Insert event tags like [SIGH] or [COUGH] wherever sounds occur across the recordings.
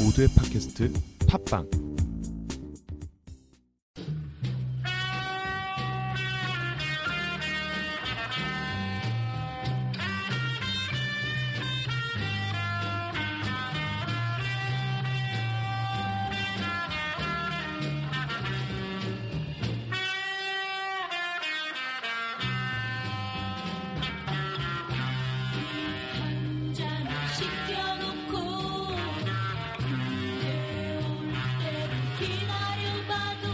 모두의 팟캐스트 팟빵 한잔 시켜놓고 그대 올 때를 기다려봐도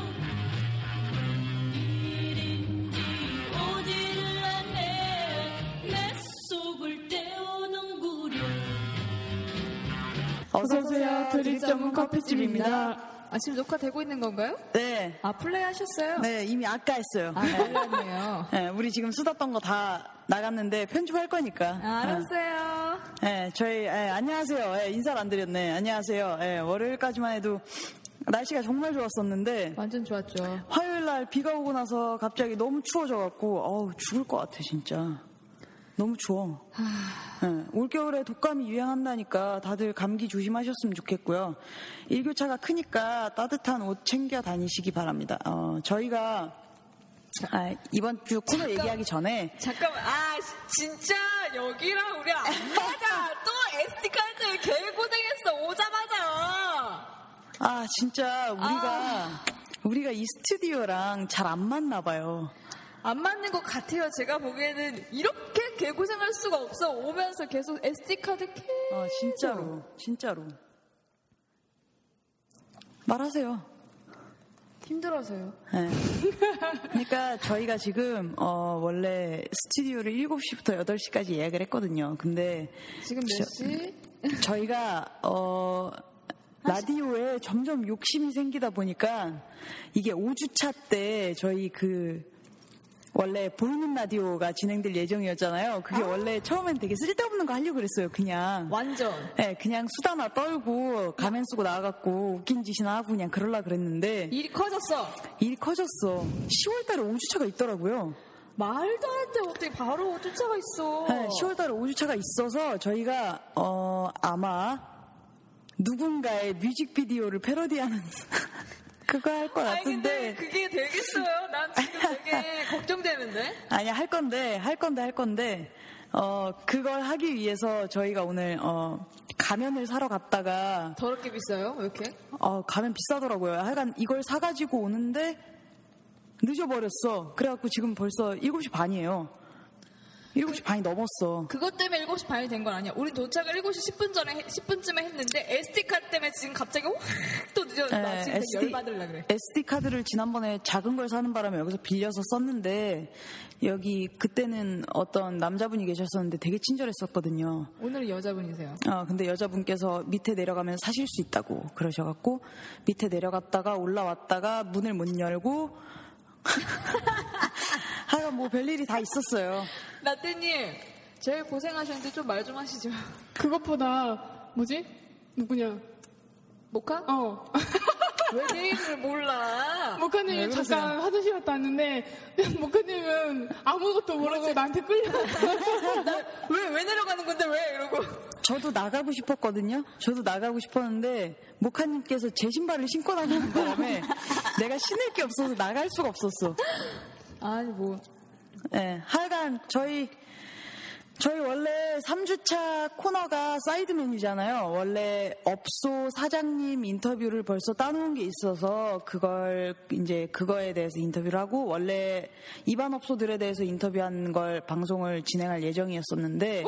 뭔 일인지 오지를 않네 내 속을 때우는구려 어서오세요. 드립 전문 커피집입니다. 아, 지금 녹화되고 있는 건가요? 네. 아, 플레이 하셨어요? 네, 이미 아까 했어요. 아, 알았네요. 네, 우리 지금 수다 떤 거 다 나갔는데 편집할 거니까. 아, 알았어요. 네, 저희, 예, 안녕하세요. 예, 인사를 안 드렸네. 안녕하세요. 예, 월요일까지만 해도 날씨가 정말 좋았었는데, 완전 좋았죠. 화요일 날 비가 오고 나서 갑자기 너무 추워져갖고, 어우, 죽을 것 같아, 진짜. 너무 추워. 예, 올겨울에 독감이 유행한다니까 다들 감기 조심하셨으면 좋겠고요. 일교차가 크니까 따뜻한 옷 챙겨 다니시기 바랍니다. 어, 저희가 아, 이번 주 코너 얘기하기 전에 잠깐만, 아, 진짜 여기랑 우리 안 [LAUGHS] 맞아. 또 SD카드 개고생했어. 오자마자. 아 진짜 우리가 우리가 이 스튜디오랑 잘 안 맞나 봐요. 안 맞는 것 같아요. 제가 보기에는 이렇게 개고생할 수가 없어. 오면서 계속 SD카드 개. 어, 진짜로 진짜로 말하세요. 힘들어서요. 네. 그러니까 저희가 지금 어, 원래 스튜디오를 7시부터 8시까지 예약을 했거든요. 근데 지금 몇 시? 저희가 어, 라디오에 점점 욕심이 생기다 보니까 이게 5주차 때 저희 그 원래 보이는 라디오가 진행될 예정이었잖아요. 그게 원래 처음엔 되게 쓸데없는 거 하려고 그랬어요. 그냥 완전. 네, 그냥 수다나 떨고 가면 쓰고 나와갖고 웃긴 짓이나 하고 그냥 그럴라 그랬는데 일이 커졌어. 일이 커졌어. 10월달에 5주차가 있더라고요. 말도 안 돼. 어떻게 바로 쫓아가 있어. 네, 10월달에 5주차가 있어서 저희가 어, 아마 누군가의 뮤직비디오를 패러디하는 [LAUGHS] 그거 할 것 아니, 같은데 근데 그게 되겠어요? 난 지금 [LAUGHS] 되게 걱정되는데. 아니 할 건데 할 건데 할 건데 어, 그걸 하기 위해서 저희가 오늘 어, 가면을 사러 갔다가 더럽게 비싸요? 왜 이렇게? 어, 가면 비싸더라고요. 하여간 이걸 사가지고 오는데 늦어버렸어. 그래갖고 지금 벌써 7시 반이에요. 7시 반이 넘었어. 그것 때문에 7시 반이 된 건 아니야. 우린 도착을 7시 10분 전에, 해- 10분쯤에 했는데, SD카드 때문에 지금 갑자기 확 또 늦어졌어. 나 지금 열받을라 그래. SD 예, 카드를 지난번에 작은 걸 사는 바람에 여기서 빌려서 썼는데 여기 그때는 어떤 남자분이 계셨었는데 되게 친절했었거든요. 오늘은 여자분이세요. 어, 근데 여자분께서 밑에 내려가면 사실 수 있다고 그러셔갖고 밑에 내려갔다가 올라왔다가 문을 못 열고 [LAUGHS] 하여간 뭐 별일이 다 있었어요. 라떼님, 제일 고생하셨는데 좀 말 좀 하시죠. 그것보다 뭐지? 누구냐? 모카? [LAUGHS] 어 [LAUGHS] 왜 내 이름을 몰라? 네, 모카님이 잠깐 화장실 갔다 왔는데 [LAUGHS] 모카님은 아무것도 모르고 나한테 끌려 왜, 왜 내려가는 건데 왜? 이러고. 저도 나가고 싶었거든요. 저도 나가고 싶었는데 모카님께서 제 신발을 신고 나가는 [LAUGHS] 바람에 내가 신을 게 없어서 나갈 수가 없었어. 아니, 뭐. 예, 하여간 저희 저희 원래 3주차 코너가 사이드 메뉴잖아요. 원래 업소 사장님 인터뷰를 벌써 따놓은 게 있어서 그걸 이제 그거에 대해서 인터뷰를 하고 원래 입안 업소들에 대해서 인터뷰한 걸 방송을 진행할 예정이었었는데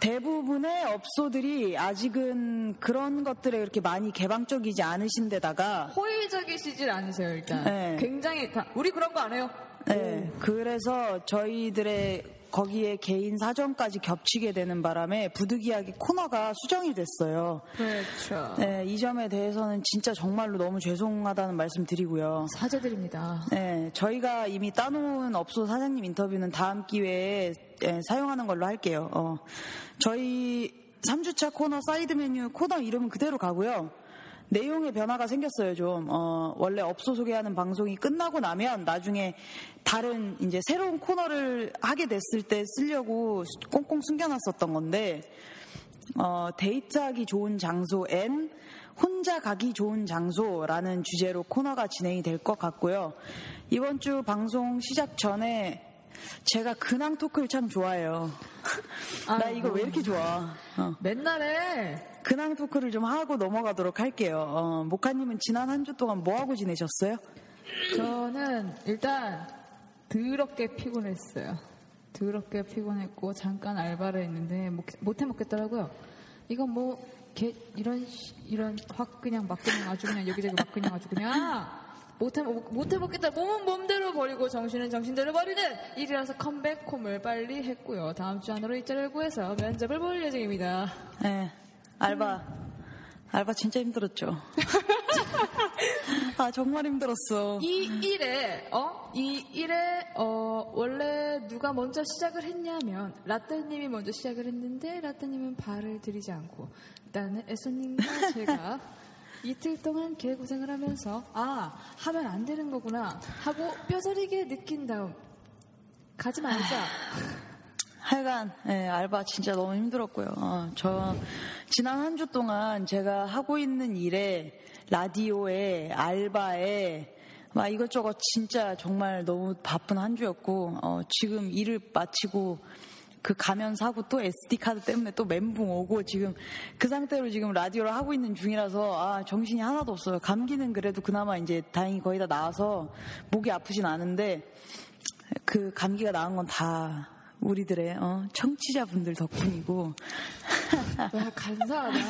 대부분의 업소들이 아직은 그런 것들에 그렇게 많이 개방적이지 않으신 데다가 호의적이시질 않으세요, 일단. 네. 굉장히, 다- 우리 그런 거 안 해요. 네, 그래서 저희들의 거기에 개인 사정까지 겹치게 되는 바람에 부득이하게 코너가 수정이 됐어요. 그렇죠. 네, 이 점에 대해서는 진짜 정말로 너무 죄송하다는 말씀 드리고요. 사죄드립니다. 네, 저희가 이미 따놓은 업소 사장님 인터뷰는 다음 기회에 예, 사용하는 걸로 할게요. 어, 저희 3주차 코너 사이드 메뉴 코너 이름은 그대로 가고요. 내용의 변화가 생겼어요, 좀. 어, 원래 업소 소개하는 방송이 끝나고 나면 나중에 다른 이제 새로운 코너를 하게 됐을 때 쓰려고 꽁꽁 숨겨놨었던 건데 어, 데이트하기 좋은 장소 N 혼자 가기 좋은 장소라는 주제로 코너가 진행이 될 것 같고요. 이번 주 방송 시작 전에 제가 근황 토크를 참 좋아해요. 나 이거 왜 이렇게 좋아? 어. 맨날 해. 근황 토크를 좀 하고 넘어가도록 할게요. 어, 모카님은 지난 한 주 동안 뭐 하고 지내셨어요? 저는 일단 더럽게 피곤했어요. 더럽게 피곤했고 잠깐 알바를 했는데 못 해 먹겠더라고요. 이건 뭐 개, 이런 씨- 이런 확 그냥 막 그냥 아주 그냥 여기저기 막 그냥 아주 그냥 못해 못해 먹겠다. 몸은 몸대로 버리고 정신은 정신대로 버리는 일이라서 컴백홈을 빨리 했고요. 다음 주 안으로 일자리를 구해서 면접을 볼 예정입니다. 네, 알바. 알바 진짜 힘들었죠. 아, 정말 힘들었어. 이 일에 어? 이 일에 어 원래 누가 먼저 시작을 했냐면 라떼님이 먼저 시작을 했는데 라떼님은 발을 들이지 않고 일단은 [LAUGHS] 애소님과 제가 이틀 동안 개고생을 하면서 아 하면 안 되는 거구나 하고 뼈저리게 느낀 다음 가지 말자 하여간 예, 알바 진짜 너무 힘들었고요. 어, 저 지난 한 주 동안 제가 하고 있는 일에 라디오에 알바에 막 이것저것 진짜 정말 너무 바쁜 한 주였고 어, 지금 일을 마치고 그 가면 사고 또 SD 카드 때문에 또 멘붕 오고 지금 그 상태로 지금 라디오를 하고 있는 중이라서 아 정신이 하나도 없어요. 감기는 그래도 그나마 이제 다행히 거의 다 나아서 목이 아프진 않은데 그 감기가 나은 건 다 우리들의 어, 청취자분들 덕분이고 [LAUGHS] 와 간사하다 [LAUGHS]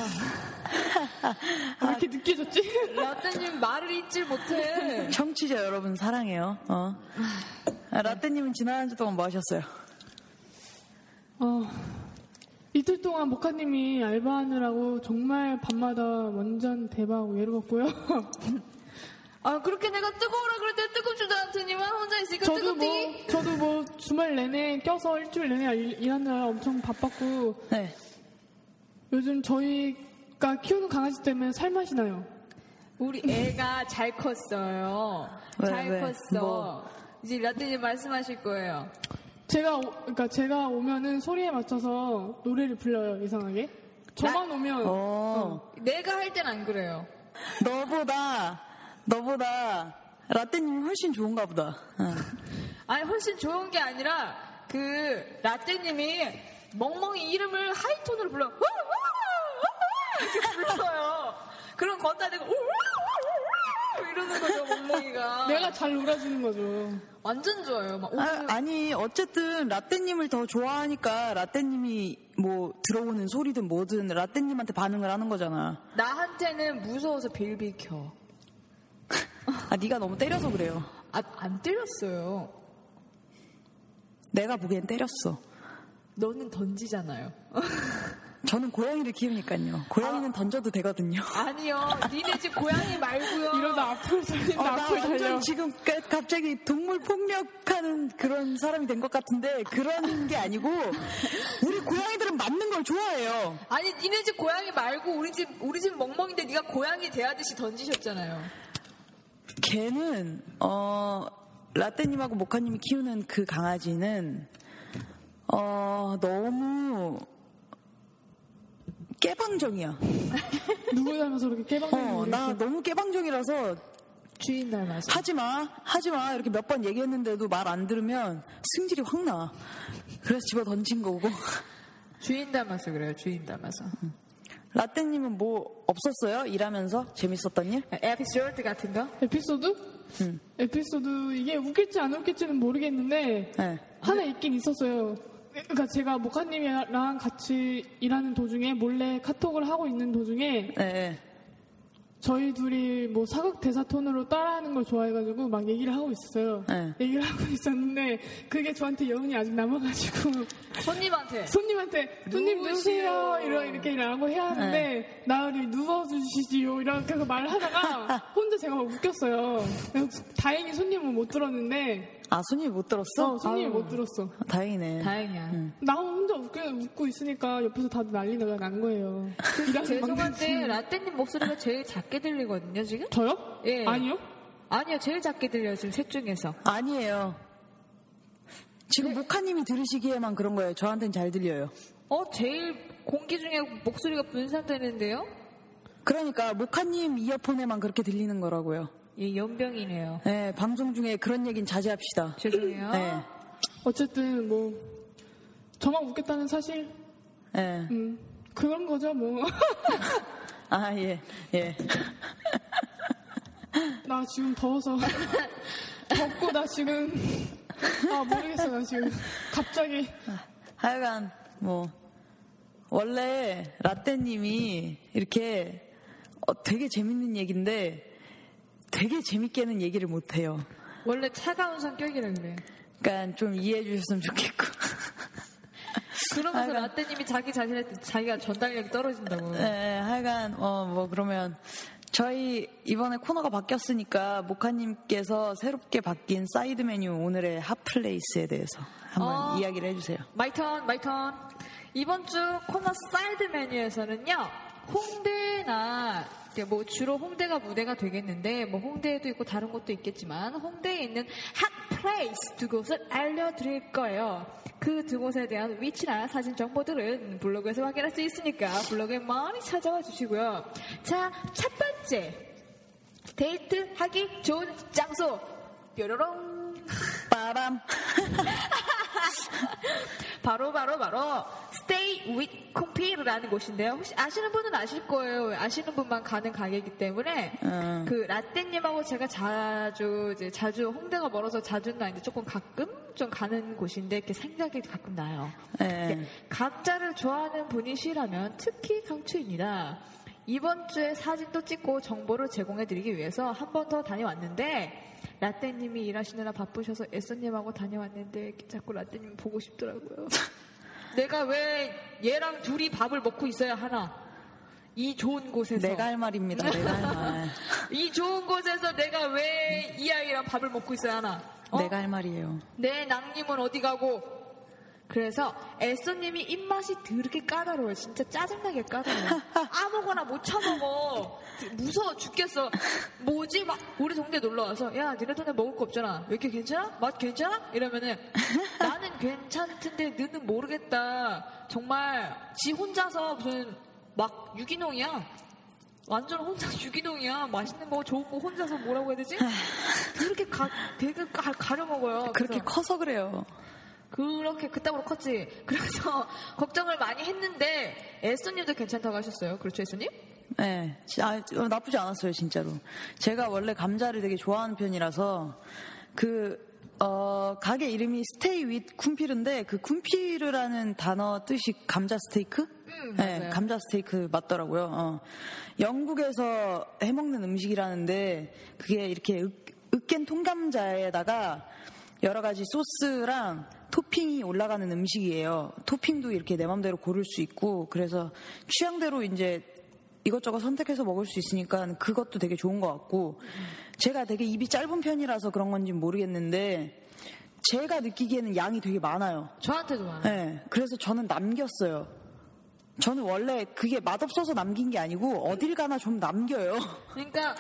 왜 이렇게 늦게 줬지? [LAUGHS] [LAUGHS] 라떼님 말을 잊질 네. 못해 청취자 여러분 사랑해요. 어. 아, 라떼님은 지난 한 주 동안 뭐 하셨어요? 어, 이틀 동안 목사님이 알바하느라고 정말 밤마다 완전 대박 외로웠고요. [LAUGHS] 아 그렇게 내가 뜨거우라 그럴 때 뜨겁지도 않더니만 혼자 있으니까 저도 뭐, 뜨겁디. 저도 뭐 주말 내내 껴서 일주일 내내 일- 일하느라 엄청 바빴고 네. 요즘 저희가 키우는 강아지 때문에 살맛이 나요. 우리 애가 잘 컸어요. 왜, 잘 왜? 컸어. 뭐? 이제 라떼님 말씀하실 거예요. 제가 오, 그러니까 제가 오면은 소리에 맞춰서 노래를 불러요 이상하게. 저만 오면 어. 내가 할 땐 안 그래요. 너보다 너보다 라떼님이 훨씬 좋은가 보다. 어. 아니 훨씬 좋은 게 아니라 그 라떼님이 멍멍이 이름을 하이톤으로 불러. 우와, 우와, 우와, 이렇게 불러요. 그럼 걷다 대고 우와, 우와, 우와, 이러는 거죠 멍멍이가. 내가 잘 놀아주는 거죠. 완전 좋아요. 막 아, 아니 어쨌든 라떼님을 더 좋아하니까 라떼님이 뭐 들어오는 소리든 뭐든 라떼님한테 반응을 하는 거잖아. 나한테는 무서워서 빌빌켜. 아 네가 너무 때려서 그래요. 아, 안 때렸어요. 내가 보기엔 때렸어. 너는 던지잖아요. 저는 고양이를 키우니까요. 고양이는 던져도 되거든요. 아니요, 니네 집 고양이 말고요. 이러다 앞으로 잘린다 어, 나 앞으로 잘려. 완전 지금 가- 갑자기 동물 폭력하는 그런 사람이 된 것 같은데 그런 게 아니고 우리 고양이들은 맞는 걸 좋아해요. 아니 니네 집 고양이 말고 우리 집 우리 집 멍멍인데 네가 고양이 대하듯이 던지셨잖아요. 걔는 어 라떼님하고 모카님이 키우는 그 강아지는 어 너무 깨방정이야. 누구 닮아서 음, 그렇게 깨방거리는 어 나 너무 깨방정이라서 주인 닮아서 하지 마, 하지 마 이렇게 몇 번 얘기했는데도 말 안 들으면 승질이 확 나. 그래서 집어 던진 거고. 주인 닮아서 그래요 주인 닮아서 음. 라떼님은 뭐 없었어요? 일하면서 재밌었던 일? 에피소드 같은 거 에피소드? 에피소드 이게 웃길지 안 웃길지는 모르겠는데 네. 하나 있긴 있었어요. 그러니까 제가 목사님이랑 같이 일하는 도중에 몰래 카톡을 하고 있는 도중에 네. 저희 둘이 뭐 사극 대사 톤으로 따라하는 걸 좋아해가지고 막 얘기를 하고 있었어요. 네. 얘기를 하고 [LAUGHS] 있었는데 그게 저한테 여운이 아직 남아가지고 [LAUGHS] 손님한테 손님한테 손님 누구세요? 이러 이렇게 라고 해야 하는데 나으리 누워주시지요 이렇게 해서 말을 하다가 혼자 제가 막 웃겼어요. 그래서 다행히 손님은 못 들었는데 아, 손님이 못 들었어? 어, 손님이 못 들었어. 아, 다행이네. 다행이야 음. 나 혼자 웃겨, 웃고 있으니까 옆에서 다들 난리가 난 거예요. 일하는 죄송한데 방법이- 라떼님 목소리가 제일 작게 들리거든요 지금. 저요? 예. 아니요. 아니요 제일 작게 들려요 지금 셋 중에서. 아니에요. 지금 모카님이 들으시기에만 그런 거예요. 저한텐 잘 들려요. 어 제일 공기 중에 목소리가 분산되는데요? 그러니까 모카님 이어폰에만 그렇게 들리는 거라고요. 예, 연병이네요. 네, 방송 중에 그런 얘기는 자제합시다. 죄송해요. 네. 어쨌든 뭐 저만 웃겠다는 사실 네. 음, 그런 거죠 뭐. [LAUGHS] 아, 예, 예. 나 지금 더워서 [LAUGHS] 덥고 나 지금 아 모르겠어 나 지금 갑자기 하여간, 뭐, 원래 라떼님이 이렇게 어, 되게 재밌는 얘기인데 되게 재밌게는 얘기를 못해요. 원래 차가운 성격이라 그래요. 그러니까 좀 이해해 주셨으면 좋겠고. [LAUGHS] 아이고. 그러면서 라떼님이 자기 자신한테 자기가 전달력이 떨어진다고. 네, 하여간 어 뭐 그러면 저희 이번에 코너가 바뀌었으니까 모카님께서 새롭게 바뀐 사이드 메뉴 오늘의 핫플레이스에 대해서 한번 어. 이야기를 해주세요. 마이턴, 마이턴. 이번 주 코너 사이드 메뉴에서는요, 홍대나, 이제 뭐 주로 홍대가 무대가 되겠는데, 뭐 홍대에도 있고 다른 곳도 있겠지만, 홍대에 있는 핫 플레이스 두 곳을 알려드릴 거예요. 그 두 곳에 대한 위치나 사진 정보들은 블로그에서 확인할 수 있으니까 블로그에 많이 찾아와 주시고요. 자, 첫 번째. 데이트 하기 좋은 장소. 뾰로롱. 빠밤. 바로 바로 바로 Stay with 콩피르라는 곳인데요. 혹시 아시는 분은 아실 거예요. 아시는 분만 가는 가게이기 때문에 음. 그 라떼님하고 제가 자주 이제 자주 홍대가 멀어서 자주는 아닌데 조금 가끔 좀 가는 곳인데 이렇게 생각이 가끔 나요. 네. 감자를 예, 좋아하는 분이시라면 특히 강추입니다. 이번 주에 사진도 찍고 정보를 제공해드리기 위해서 한 번 더 다녀왔는데 라떼님이 일하시느라 바쁘셔서 애써님하고 다녀왔는데 자꾸 라떼님 보고 싶더라고요. [LAUGHS] 내가 왜 얘랑 둘이 밥을 먹고 있어야 하나? 이 좋은 곳에서 내가 할 말입니다. 내가 할 말. 이 좋은 곳에서 내가 왜 이 아이랑 밥을 먹고 있어야 하나? 어? 내가 할 말이에요. 내 낭님은 어디 가고? 그래서 애써님이 입맛이 더럽게 까다로워요. 진짜 짜증나게 [LAUGHS] 까다로워. 아무거나 못 처먹어. 무서워 죽겠어. 뭐지? 막 우리 동네 놀러 와서 야 니네 동네 먹을 거 없잖아. 왜 이렇게 괜찮아? 맛 괜찮아? 이러면은 나는 괜찮던데 너는 모르겠다. 정말 지 혼자서 무슨 막 유기농이야. 완전 혼자 [LAUGHS] 유기농이야. 맛있는 거 좋은 거 혼자서 뭐라고 [LAUGHS] 해야 되지? 그렇게 가, 되게 가, 가려 먹어요. 그렇게 그래서 커서 그래요. 그렇게 그따구로 컸지. 그래서 [LAUGHS] 걱정을 많이 했는데 애써님도 괜찮다고 하셨어요. 그렇죠, 애써님? 네, 지- 아, 어, 나쁘지 않았어요 진짜로. 제가 원래 감자를 되게 좋아하는 편이라서 그 어, 가게 이름이 스테이 윗 쿰피르인데 그 쿰피르라는 단어 뜻이 감자 스테이크? 음, 네, 맞아요. 감자 스테이크 맞더라고요. 어. 영국에서 해먹는 음식이라는데 그게 이렇게 으- 으깬 통감자에다가 여러 가지 소스랑 토핑이 올라가는 음식이에요. 토핑도 이렇게 내 맘대로 고를 수 있고 그래서 취향대로 이제 이것저것 선택해서 먹을 수 있으니까 그것도 되게 좋은 것 같고 제가 되게 입이 짧은 편이라서 그런 건지 모르겠는데 제가 느끼기에는 양이 되게 많아요. 저한테도 많아요. 네, 그래서 저는 남겼어요. 저는 원래 그게 맛없어서 남긴 게 아니고 어딜 가나 좀 남겨요. 그러니까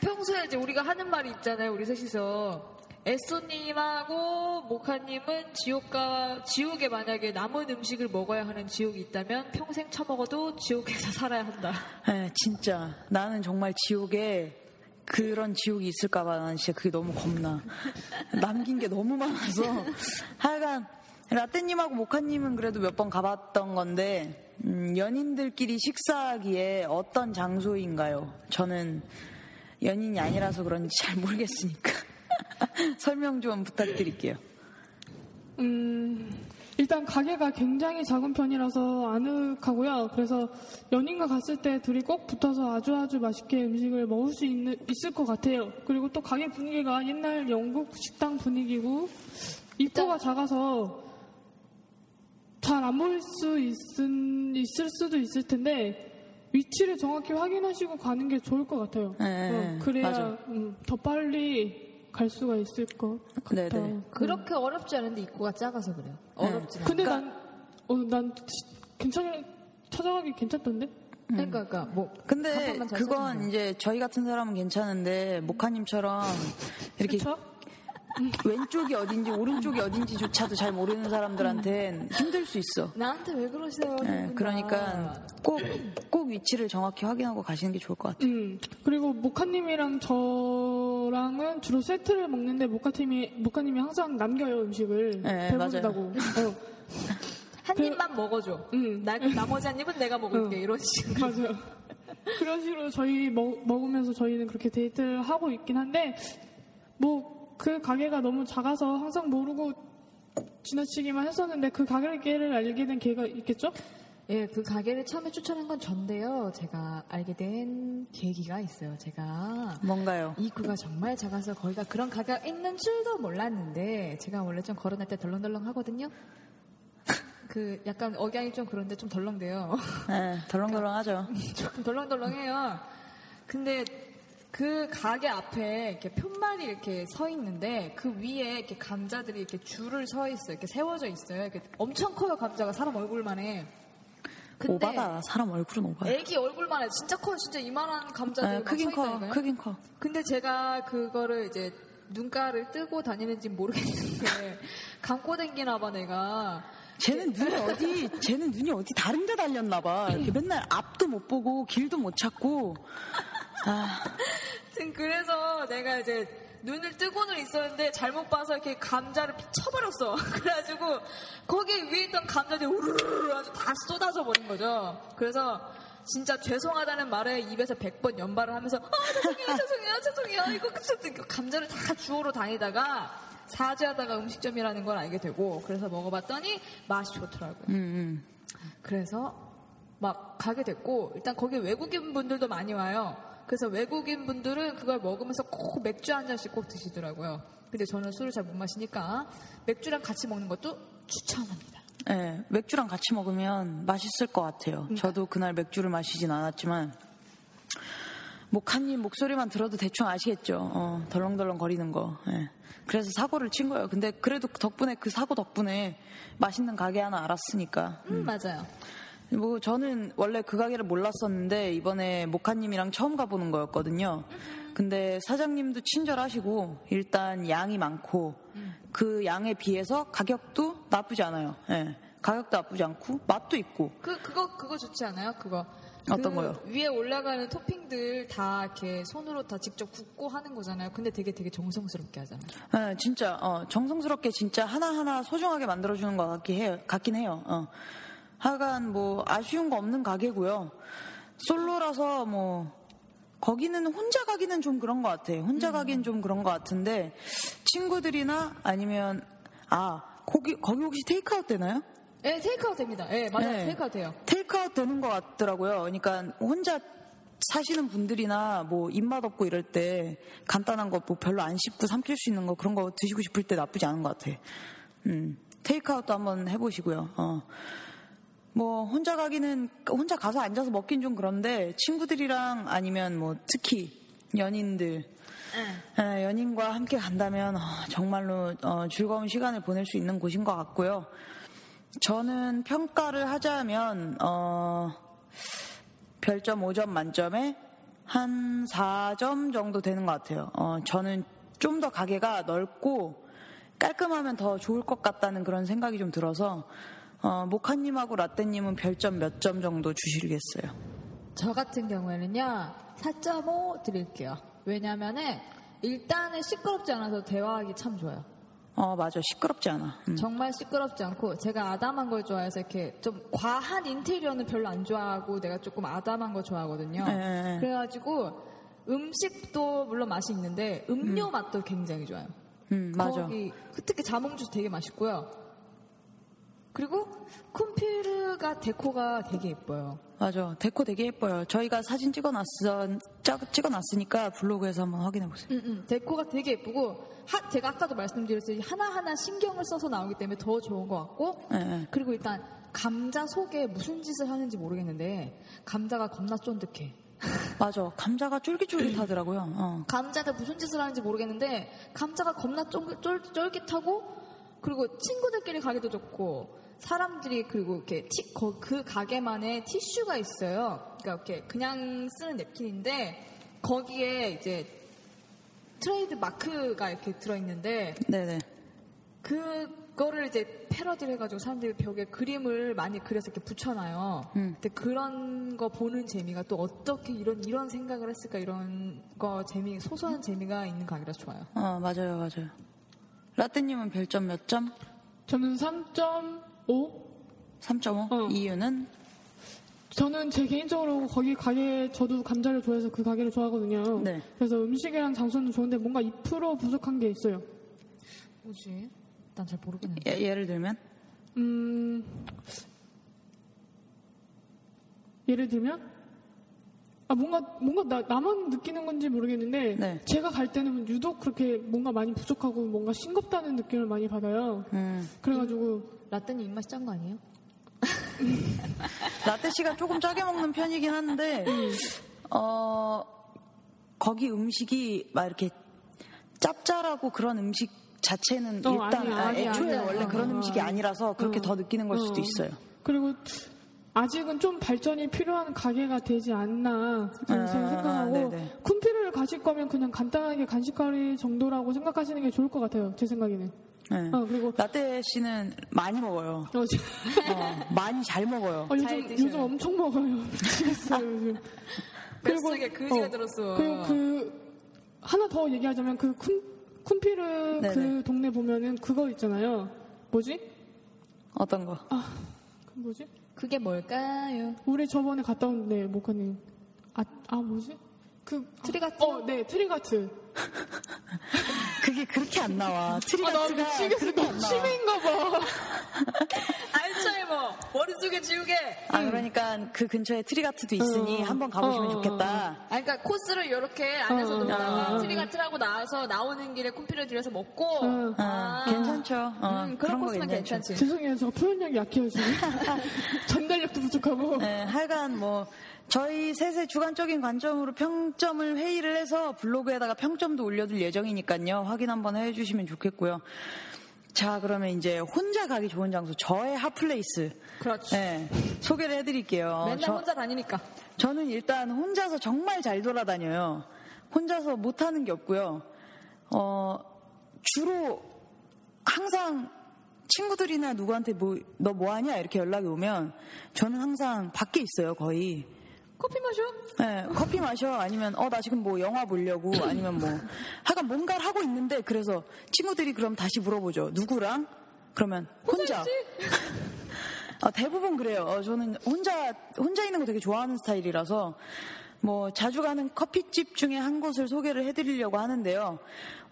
평소에 이제 우리가 하는 말이 있잖아요. 우리 셋이서 에쏘님하고 모카님은 지옥과 지옥에 만약에 남은 음식을 먹어야 하는 지옥이 있다면 평생 처먹어도 지옥에서 살아야 한다. [LAUGHS] 네, 진짜 나는 정말 지옥에 그런 지옥이 있을까봐 나는 진짜 그게 너무 겁나. 남긴 게 너무 많아서 [LAUGHS] 하여간 라떼님하고 모카님은 그래도 몇 번 가봤던 건데 음, 연인들끼리 식사하기에 어떤 장소인가요? 저는 연인이 아니라서 그런지 잘 모르겠으니까 [LAUGHS] 설명 좀 부탁드릴게요. 음, 일단 가게가 굉장히 작은 편이라서 아늑하고요. 그래서 연인과 갔을 때 둘이 꼭 붙어서 아주 아주 맛있게 음식을 먹을 수 있는, 있을 것 같아요. 그리고 또 가게 분위기가 옛날 영국 식당 분위기고 입구가 작아서 잘 안 보일 수 있은, 있을 수도 있을 텐데 위치를 정확히 확인하시고 가는 게 좋을 것 같아요. 네, 어, 그래야 맞아요. 음, 더 빨리 갈 수가 있을 것 네, 같아요. 네. [LAUGHS] 그렇게 어렵지 않은데 입구가 작아서 그래요. 어렵지 않아. 근데 그러니까, 난, 어, 난 괜찮, 찾아가기 괜찮던데? 그러니까, 그러니까 뭐 한 근데 번만 잘 그건 써주면. 이제 저희 같은 사람은 괜찮은데 모카님처럼 이렇게 그쵸? 왼쪽이 어딘지 오른쪽이 어딘지조차도 잘 모르는 사람들한텐 힘들 수 있어. 나한테 왜 음. 네, 그러세요? 예, 그러니까 꼭, 꼭 위치를 정확히 확인하고 가시는 게 좋을 것 같아요. 음, 그리고 모카님이랑 저랑은 주로 세트를 먹는데 모카팀이, 모카님이 항상 남겨요, 음식을. 네, 배부르다고. 어, 한그 입만 먹어줘. 음. 나, 나머지 한 입은 내가 먹을게. 음. 이런 식으로. 맞아요. [LAUGHS] 그런 식으로 저희 먹, 먹으면서 저희는 그렇게 데이트를 하고 있긴 한데, 뭐, 그 가게가 너무 작아서 항상 모르고 지나치기만 했었는데, 그 가게를 알게 된 계기가 있겠죠? 예, 그 가게를 처음에 추천한 건 전데요. 제가 알게 된 계기가 있어요. 제가 뭔가요? 이 구가 정말 작아서 거기가 그런 가게가 있는 줄도 몰랐는데 제가 원래 좀 걸어날 때 덜렁덜렁 하거든요. 그 약간 억양이 좀 그런데 좀 덜렁대요. 예, 덜렁덜렁하죠. 조금 덜렁덜렁해요. 근데 그 가게 앞에 이렇게 편말이 이렇게 서 있는데 그 위에 이렇게 감자들이 이렇게 줄을 서 있어요. 이렇게 세워져 있어요. 이렇게 엄청 커요 감자가 사람 얼굴만해. 근데 오바다. 사람 얼굴은 오바다. 애기 얼굴만해. 진짜 커요. 진짜 이만한 감자들 예, 막 크긴 서 커, 있다니까요. 크긴 커. 근데 제가 그거를 이제 눈가를 뜨고 다니는지 [LAUGHS] 모르겠는데 감고 댕기나 봐 내가 쟤는 네. 눈이 어디, 쟤는 눈이 어디 다른 데 달렸나 봐. 음. 이렇게 맨날 앞도 못 보고 길도 못 찾고. 아, 하여튼 그래서 내가 이제 눈을 뜨고는 있었는데 잘못 봐서 이렇게 감자를 쳐버렸어 [LAUGHS] 그래가지고 거기 위에 있던 감자들이 우르르 아주 다 쏟아져 버린 거죠 그래서 진짜 죄송하다는 말에 입에서 100번 연발을 하면서 아 죄송해요 죄송해요 죄송해요 이거 그 감자를 다 주워로 다니다가 사죄하다가 음식점이라는 걸 알게 되고 그래서 먹어봤더니 맛이 좋더라고요 음, 음. 그래서 막 가게 됐고 일단 거기 외국인 분들도 많이 와요. 그래서 외국인 분들은 그걸 먹으면서 꼭 맥주 한 잔씩 꼭 드시더라고요. 근데 저는 술을 잘 못 마시니까 맥주랑 같이 먹는 것도 추천합니다. 예, 맥주랑 같이 먹으면 맛있을 것 같아요. 저도 그날 맥주를 마시진 않았지만, 목한님 목소리만 들어도 대충 아시겠죠? 어, 덜렁덜렁 거리는 거. 예. 그래서 사고를 친 거예요. 근데 그래도 덕분에 그 사고 덕분에 맛있는 가게 하나 알았으니까. 음, 맞아요. 뭐 저는 원래 그 가게를 몰랐었는데 이번에 모카님이랑 처음 가보는 거였거든요. 근데 사장님도 친절하시고 일단 양이 많고 그 양에 비해서 가격도 나쁘지 않아요. 예. 가격도 나쁘지 않고 맛도 있고 그 그거 그거 좋지 않아요? 그거 어떤 그 거요? 위에 올라가는 토핑들 다 이렇게 손으로 다 직접 굽고 하는 거잖아요. 근데 되게 되게 정성스럽게 하잖아요. 예, 진짜 어, 정성스럽게 진짜 하나하나 소중하게 만들어주는 것 같긴 해요. 같긴 해요. 어. 하여간 뭐 아쉬운 거 없는 가게고요. 솔로라서 뭐 거기는 혼자 가기는 좀 그런 것 같아요. 혼자 가기는 좀 그런 것 같은데 친구들이나 아니면 아 거기 거기 혹시 테이크아웃 되나요? 예, 테이크아웃 됩니다. 예, 맞아요. 네. 테이크아웃 돼요. 테이크아웃 되는 것 같더라고요. 그러니까 혼자 사시는 분들이나 뭐 입맛 없고 이럴 때 간단한 거 뭐 별로 안 씹고 삼킬 수 있는 거 그런 거 드시고 싶을 때 나쁘지 않은 것 같아. 음, 테이크아웃도 한번 해보시고요. 어. 뭐 혼자 가기는 혼자 가서 앉아서 먹긴 좀 그런데 친구들이랑 아니면 뭐 특히 연인들 네. 예, 연인과 함께 간다면 어, 정말로 어, 즐거운 시간을 보낼 수 있는 곳인 것 같고요. 저는 평가를 하자면 어, 별점 5점 만점에 한 4점 정도 되는 것 같아요. 어, 저는 좀 더 가게가 넓고 깔끔하면 더 좋을 것 같다는 그런 생각이 좀 들어서 어, 모카님하고 라떼님은 별점 몇 점 정도 주시겠어요? 저 같은 경우에는요 4.5 드릴게요. 왜냐면은 일단은 시끄럽지 않아서 대화하기 참 좋아요. 어 맞아 시끄럽지 않아. 음. 정말 시끄럽지 않고 제가 아담한 걸 좋아해서 이렇게 좀 과한 인테리어는 별로 안 좋아하고 내가 조금 아담한 거 좋아하거든요. 네. 그래가지고 음식도 물론 맛이 있는데 음료 맛도 굉장히 좋아요. 음, 맞아. 거기 그 특히 자몽주스 되게 맛있고요. 그리고 쿰피르가 데코가 되게 예뻐요. 맞아. 데코 되게 예뻐요. 저희가 사진 찍어놨어, 찍어놨으니까 블로그에서 한번 확인해보세요. 음, 음. 데코가 되게 예쁘고 하- 제가 아까도 말씀드렸듯이 하나하나 신경을 써서 나오기 때문에 더 좋은 것 같고 예, 예. 그리고 일단 감자 속에 무슨 짓을 하는지 모르겠는데 감자가 겁나 쫀득해 맞아. 감자가 쫄깃쫄깃하더라고요. 어. 감자가 무슨 짓을 하는지 모르겠는데 감자가 겁나 쫀- 쫄, 쫄깃하고 그리고 친구들끼리 가기도 좋고 사람들이 그리고 이렇게 티- 거- 그 가게만의 티슈가 있어요 그러니까 이렇게 그냥 쓰는 냅킨인데 거기에 이제 트레이드 마크가 이렇게 들어있는데 네네. 그거를 이제 패러디를 해가지고 사람들이 벽에 그림을 많이 그려서 이렇게 붙여놔요. 음. 근데 그런 거 보는 재미가 또 어떻게 이런 이런 생각을 했을까 이런 거 재미 소소한 재미가 있는 강의라 좋아요. 어, 맞아요, 맞아요. 라떼님은 별점 몇 점? 저는 3.5? 3.5? 어. 이유는? 저는 제 개인적으로 거기 가게 저도 감자를 좋아해서 그 가게를 좋아하거든요. 네. 그래서 음식이랑 장소는 좋은데 뭔가 2% 부족한 게 있어요. 뭐지? 난 잘 [LAUGHS] 모르겠는데. 예, 예를 들면? 음, 예를 들면, 아, 뭔가, 뭔가 나, 나만 느끼는 건지 모르겠는데, 네. 제가 갈 때는 유독 그렇게 뭔가 많이 부족하고 뭔가 싱겁다는 느낌을 많이 받아요. 음. 그래가지고, 라떼는 입맛이 짠 거 아니에요? 라떼 씨가 조금 짜게 먹는 편이긴 한데, 어, 거기 음식이 막 이렇게 짭짤하고 그런 음식 자체는 어, 일단 아니야, 아, 아니야, 애초에 아니야. 원래 그런 어, 음식이 어. 아니라서 그렇게 어. 더 느끼는 걸 수도 어. 있어요. 그리고 아직은 좀 발전이 필요한 가게가 되지 않나, 저는 아, 생각하고, 네네. 쿤피를 가실 거면 그냥 간단하게 간식거리 정도라고 생각하시는 게 좋을 것 같아요. 제 생각에는. 네. 어, 그리고, 라떼 씨는 많이 먹어요. 어, 저- 어, 많이 잘 먹어요. 어, 아, 잘 요즘, 드셔요. 요즘 엄청 먹어요. [LAUGHS] 미치겠어요, 요즘. 뱃속에 그지가 들었어. 그리고 그, 하나 더 얘기하자면 그 쿤, 쿤피르 네네. 그 동네 보면은 그거 있잖아요. 뭐지? 어떤 거? 그 뭐지? 그게 뭘까요? 우리 저번에 갔다 온데, 모카님. 아, 아, 뭐지? 그. 트리가트? 어, 네, 트리가트. 그게 그렇게 안 나와. 아, 나 트리가트가 미치겠어. 그렇게 안 너무 나와. 심해인가 봐. 알츠하이머 머릿속에 지우개. 아, 그러니까 그 근처에 트리가트도 있으니 어. 한번 가보시면 어. 좋겠다. 아, 그러니까 코스를 이렇게 안에서 어, 놀다가 어, 어. 트리가트라고 나와서 나오는 길에 콤피를 들여서 먹고 어. 아, 괜찮죠. 어, 그런 음, 그런 거 코스는 괜찮죠. 괜찮지. 죄송해요. 저 표현력이 약해요, 지금. [LAUGHS] 전달력도 부족하고. 네, 하여간 뭐 저희 셋의 주관적인 관점으로 평점을 회의를 해서 블로그에다가 평점도 올려둘 예정이니까요. 확인 한번 해주시면 좋겠고요. 자, 그러면 이제 혼자 가기 좋은 장소, 저의 핫플레이스. 그렇지. 네, 소개를 해드릴게요. 그렇죠. 맨날 저- 혼자 다니니까. 저는 일단 혼자서 정말 잘 돌아다녀요. 혼자서 못하는 게 없고요. 어, 주로 항상 친구들이나 누구한테 뭐, 너 뭐하냐? 이렇게 연락이 오면 저는 항상 밖에 있어요, 거의. 커피 마셔? 네, 커피 마셔 아니면 어 나 지금 뭐 영화 보려고 아니면 뭐 하여간 뭔가를 하고 있는데 그래서 친구들이 그럼 다시 물어보죠 누구랑 그러면 혼자 아, 대부분 그래요 어, 저는 혼자 혼자 있는 거 되게 좋아하는 스타일이라서 뭐 자주 가는 커피집 중에 한 곳을 소개를 해드리려고 하는데요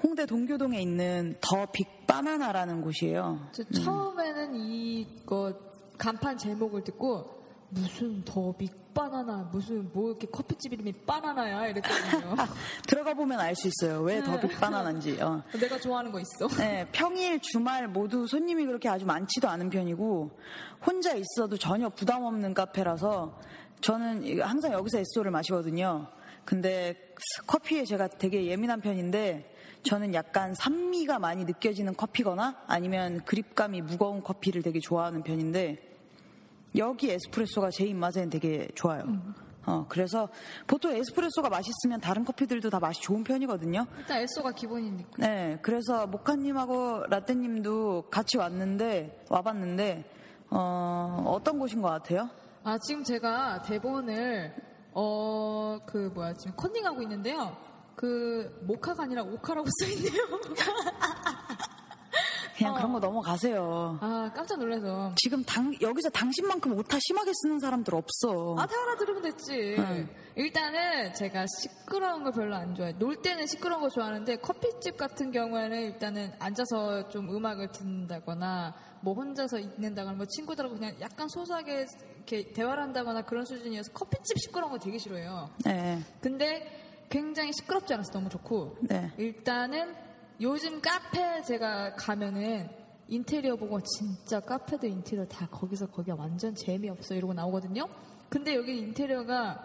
홍대 동교동에 있는 더 빅 바나나라는 곳이에요 저 처음에는 이거 간판 제목을 듣고 무슨 더 빅바나나 무슨 뭐 이렇게 커피집 이름이 바나나야 이랬거든요. [LAUGHS] 아, 들어가 보면 알 수 있어요 왜 더 빅 바나나인지 어. 내가 좋아하는 거 있어. 네, 평일, 주말 모두 손님이 그렇게 아주 많지도 않은 편이고 혼자 있어도 전혀 부담 없는 카페라서 저는 이거 항상 여기서 에스토를 마시거든요. 근데 커피에 제가 되게 예민한 편인데 저는 약간 산미가 많이 느껴지는 커피거나 아니면 그립감이 무거운 커피를 되게 좋아하는 편인데 여기 에스프레소가 제 입맛엔 되게 좋아요. 어, 그래서 보통 에스프레소가 맛있으면 다른 커피들도 다 맛이 좋은 편이거든요. 일단 에소가 기본이니까. 네, 그래서 모카님하고 라떼님도 같이 왔는데 와봤는데 어, 어떤 곳인 것 같아요? 아 지금 제가 대본을 어 그 뭐야 지금 컨닝하고 있는데요. 그 모카가 아니라 오카라고 [LAUGHS] 써 있네요. 어. 그냥 그런 거 넘어가세요. 아 깜짝 놀라서. 지금 당- 여기서 당신만큼 오타 심하게 쓰는 사람들 없어. 아, 다 알아들으면 됐지. 일단은 제가 시끄러운 걸 별로 안 좋아해요. 놀 때는 시끄러운 거 좋아하는데 커피집 같은 경우에는 일단은 앉아서 좀 음악을 듣는다거나 뭐 혼자서 있는다거나 뭐 친구들하고 그냥 약간 소소하게 이렇게 대화를 한다거나 그런 수준이어서 커피집 시끄러운 거 되게 싫어해요. 네, 근데 굉장히 시끄럽지 않아서 너무 좋고 네. 일단은 요즘 카페 제가 가면은 인테리어 보고 진짜 카페도 인테리어 다 거기서 거기가 완전 재미없어 이러고 나오거든요. 근데 여기 인테리어가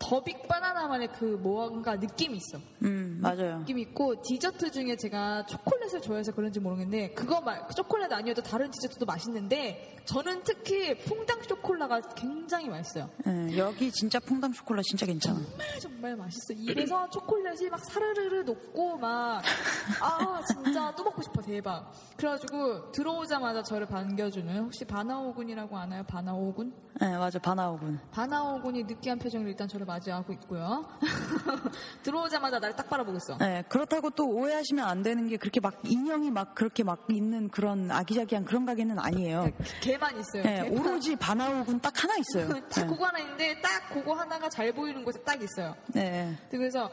더빅 바나나만의 그 뭔가 느낌이 있어. 음, 맞아요. 느낌 있고 디저트 중에 제가 초콜릿을 좋아해서 그런지 모르겠는데 그거 말 초콜릿 아니어도 다른 디저트도 맛있는데 저는 특히 퐁당 초콜라가 굉장히 맛있어요. 예, 여기 진짜 퐁당 초콜릿 진짜 괜찮아. 정말 정말 맛있어. 입에서 초콜릿이 막 사르르르 녹고 막 아 진짜 또 먹고 싶어 대박. 그래가지고 들어오자마자 저를 반겨주는 혹시 바나오군이라고 아나요? 바나오군? 예, 맞아 바나오군. 바나오군이 느끼한 표정으로 일단 저를 맞이하고 있고요. [LAUGHS] 들어오자마자 날 딱 바라보고 있어. 예, 그렇다고 또 오해하시면 안 되는 게 그렇게 막 인형이 막 그렇게 막 있는 그런 아기자기한 그런 가게는 아니에요. 개만 있어요. 예, 개만. 어. 오로지 바나오군 딱 하나 있어요. [LAUGHS] 네. 딱 네, 그거 하나 있는데 딱 그거 하나가 잘 보이는 곳에 딱 있어요. 예, 예. 네, 그래서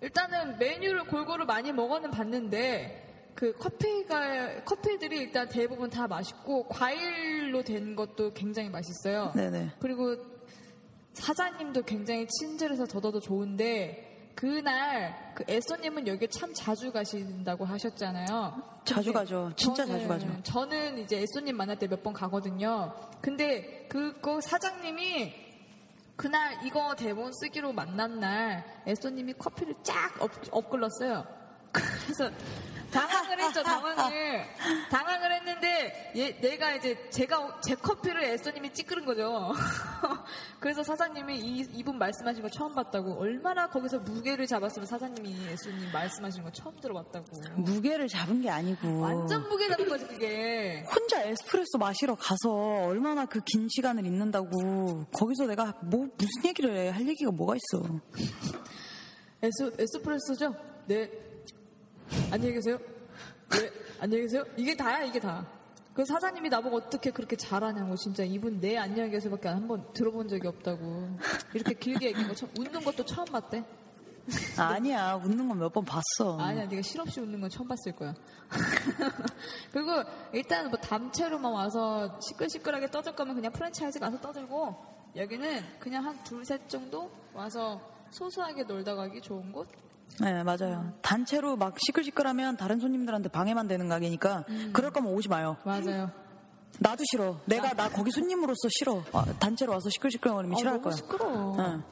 일단은 메뉴를 골고루 많이 먹어는 봤는데 그 커피가 커피들이 일단 대부분 다 맛있고 과일로 된 것도 굉장히 맛있어요. 네네. 그리고 사장님도 굉장히 친절해서 더더더 좋은데 그날 그 애써님은 여기 참 자주 가신다고 하셨잖아요. 자주 근데 가죠. 진짜 자주 가죠. 저는 이제 애써님 만날 때 몇 번 가거든요. 근데 그거 사장님이 그날 이거 대본 쓰기로 만난 날 애써님이 커피를 쫙 엎, 엎글렀어요. [LAUGHS] 그래서 당황을 했죠 당황을 당황을 했는데 얘- 내가 이제 제가 어, 제 커피를 애써님이 찌끄른 거죠. [LAUGHS] 그래서 사장님이 이, 분 말씀하신 거 처음 봤다고 얼마나 거기서 무게를 잡았으면 사장님이 애써님 말씀하신 거 처음 들어봤다고 무게를 잡은 게 아니고 완전 무게 잡은 거지 그게 혼자 에스프레소 마시러 가서 얼마나 그 긴 시간을 있는다고 거기서 내가 뭐 무슨 얘기를 해? 할 얘기가 뭐가 있어? 에스, 에스프레소죠? 네. 안녕히 계세요. 네. 안녕히 계세요. 이게 다야, 이게 다. 그 사장님이 나보고 어떻게 그렇게 잘하냐고 진짜 이분 네 안녕히 계세요밖에 한 번 들어본 적이 없다고 이렇게 길게 얘기한 거 처음 웃는 것도 처음 봤대 아니야 웃는 건 몇 번 봤어. 아니야 네가 실없이 웃는 건 처음 봤을 거야 [LAUGHS] 그리고 일단 뭐 담채로만 와서 시끌시끌하게 떠들 거면 그냥 프랜차이즈 가서 떠들고 여기는 그냥 한 둘 셋 정도 와서 소소하게 놀다 가기 좋은 곳 네 맞아요. 단체로 막 시끌시끌하면 다른 손님들한테 방해만 되는 가게니까 음. 그럴 거면 오지 마요. 맞아요 나도 싫어. 내가 나 거기 손님으로서 싫어. 아, 단체로 와서 시끌시끌거리면 싫어할 아, 너무 거야. 아. 시끄러워. 응.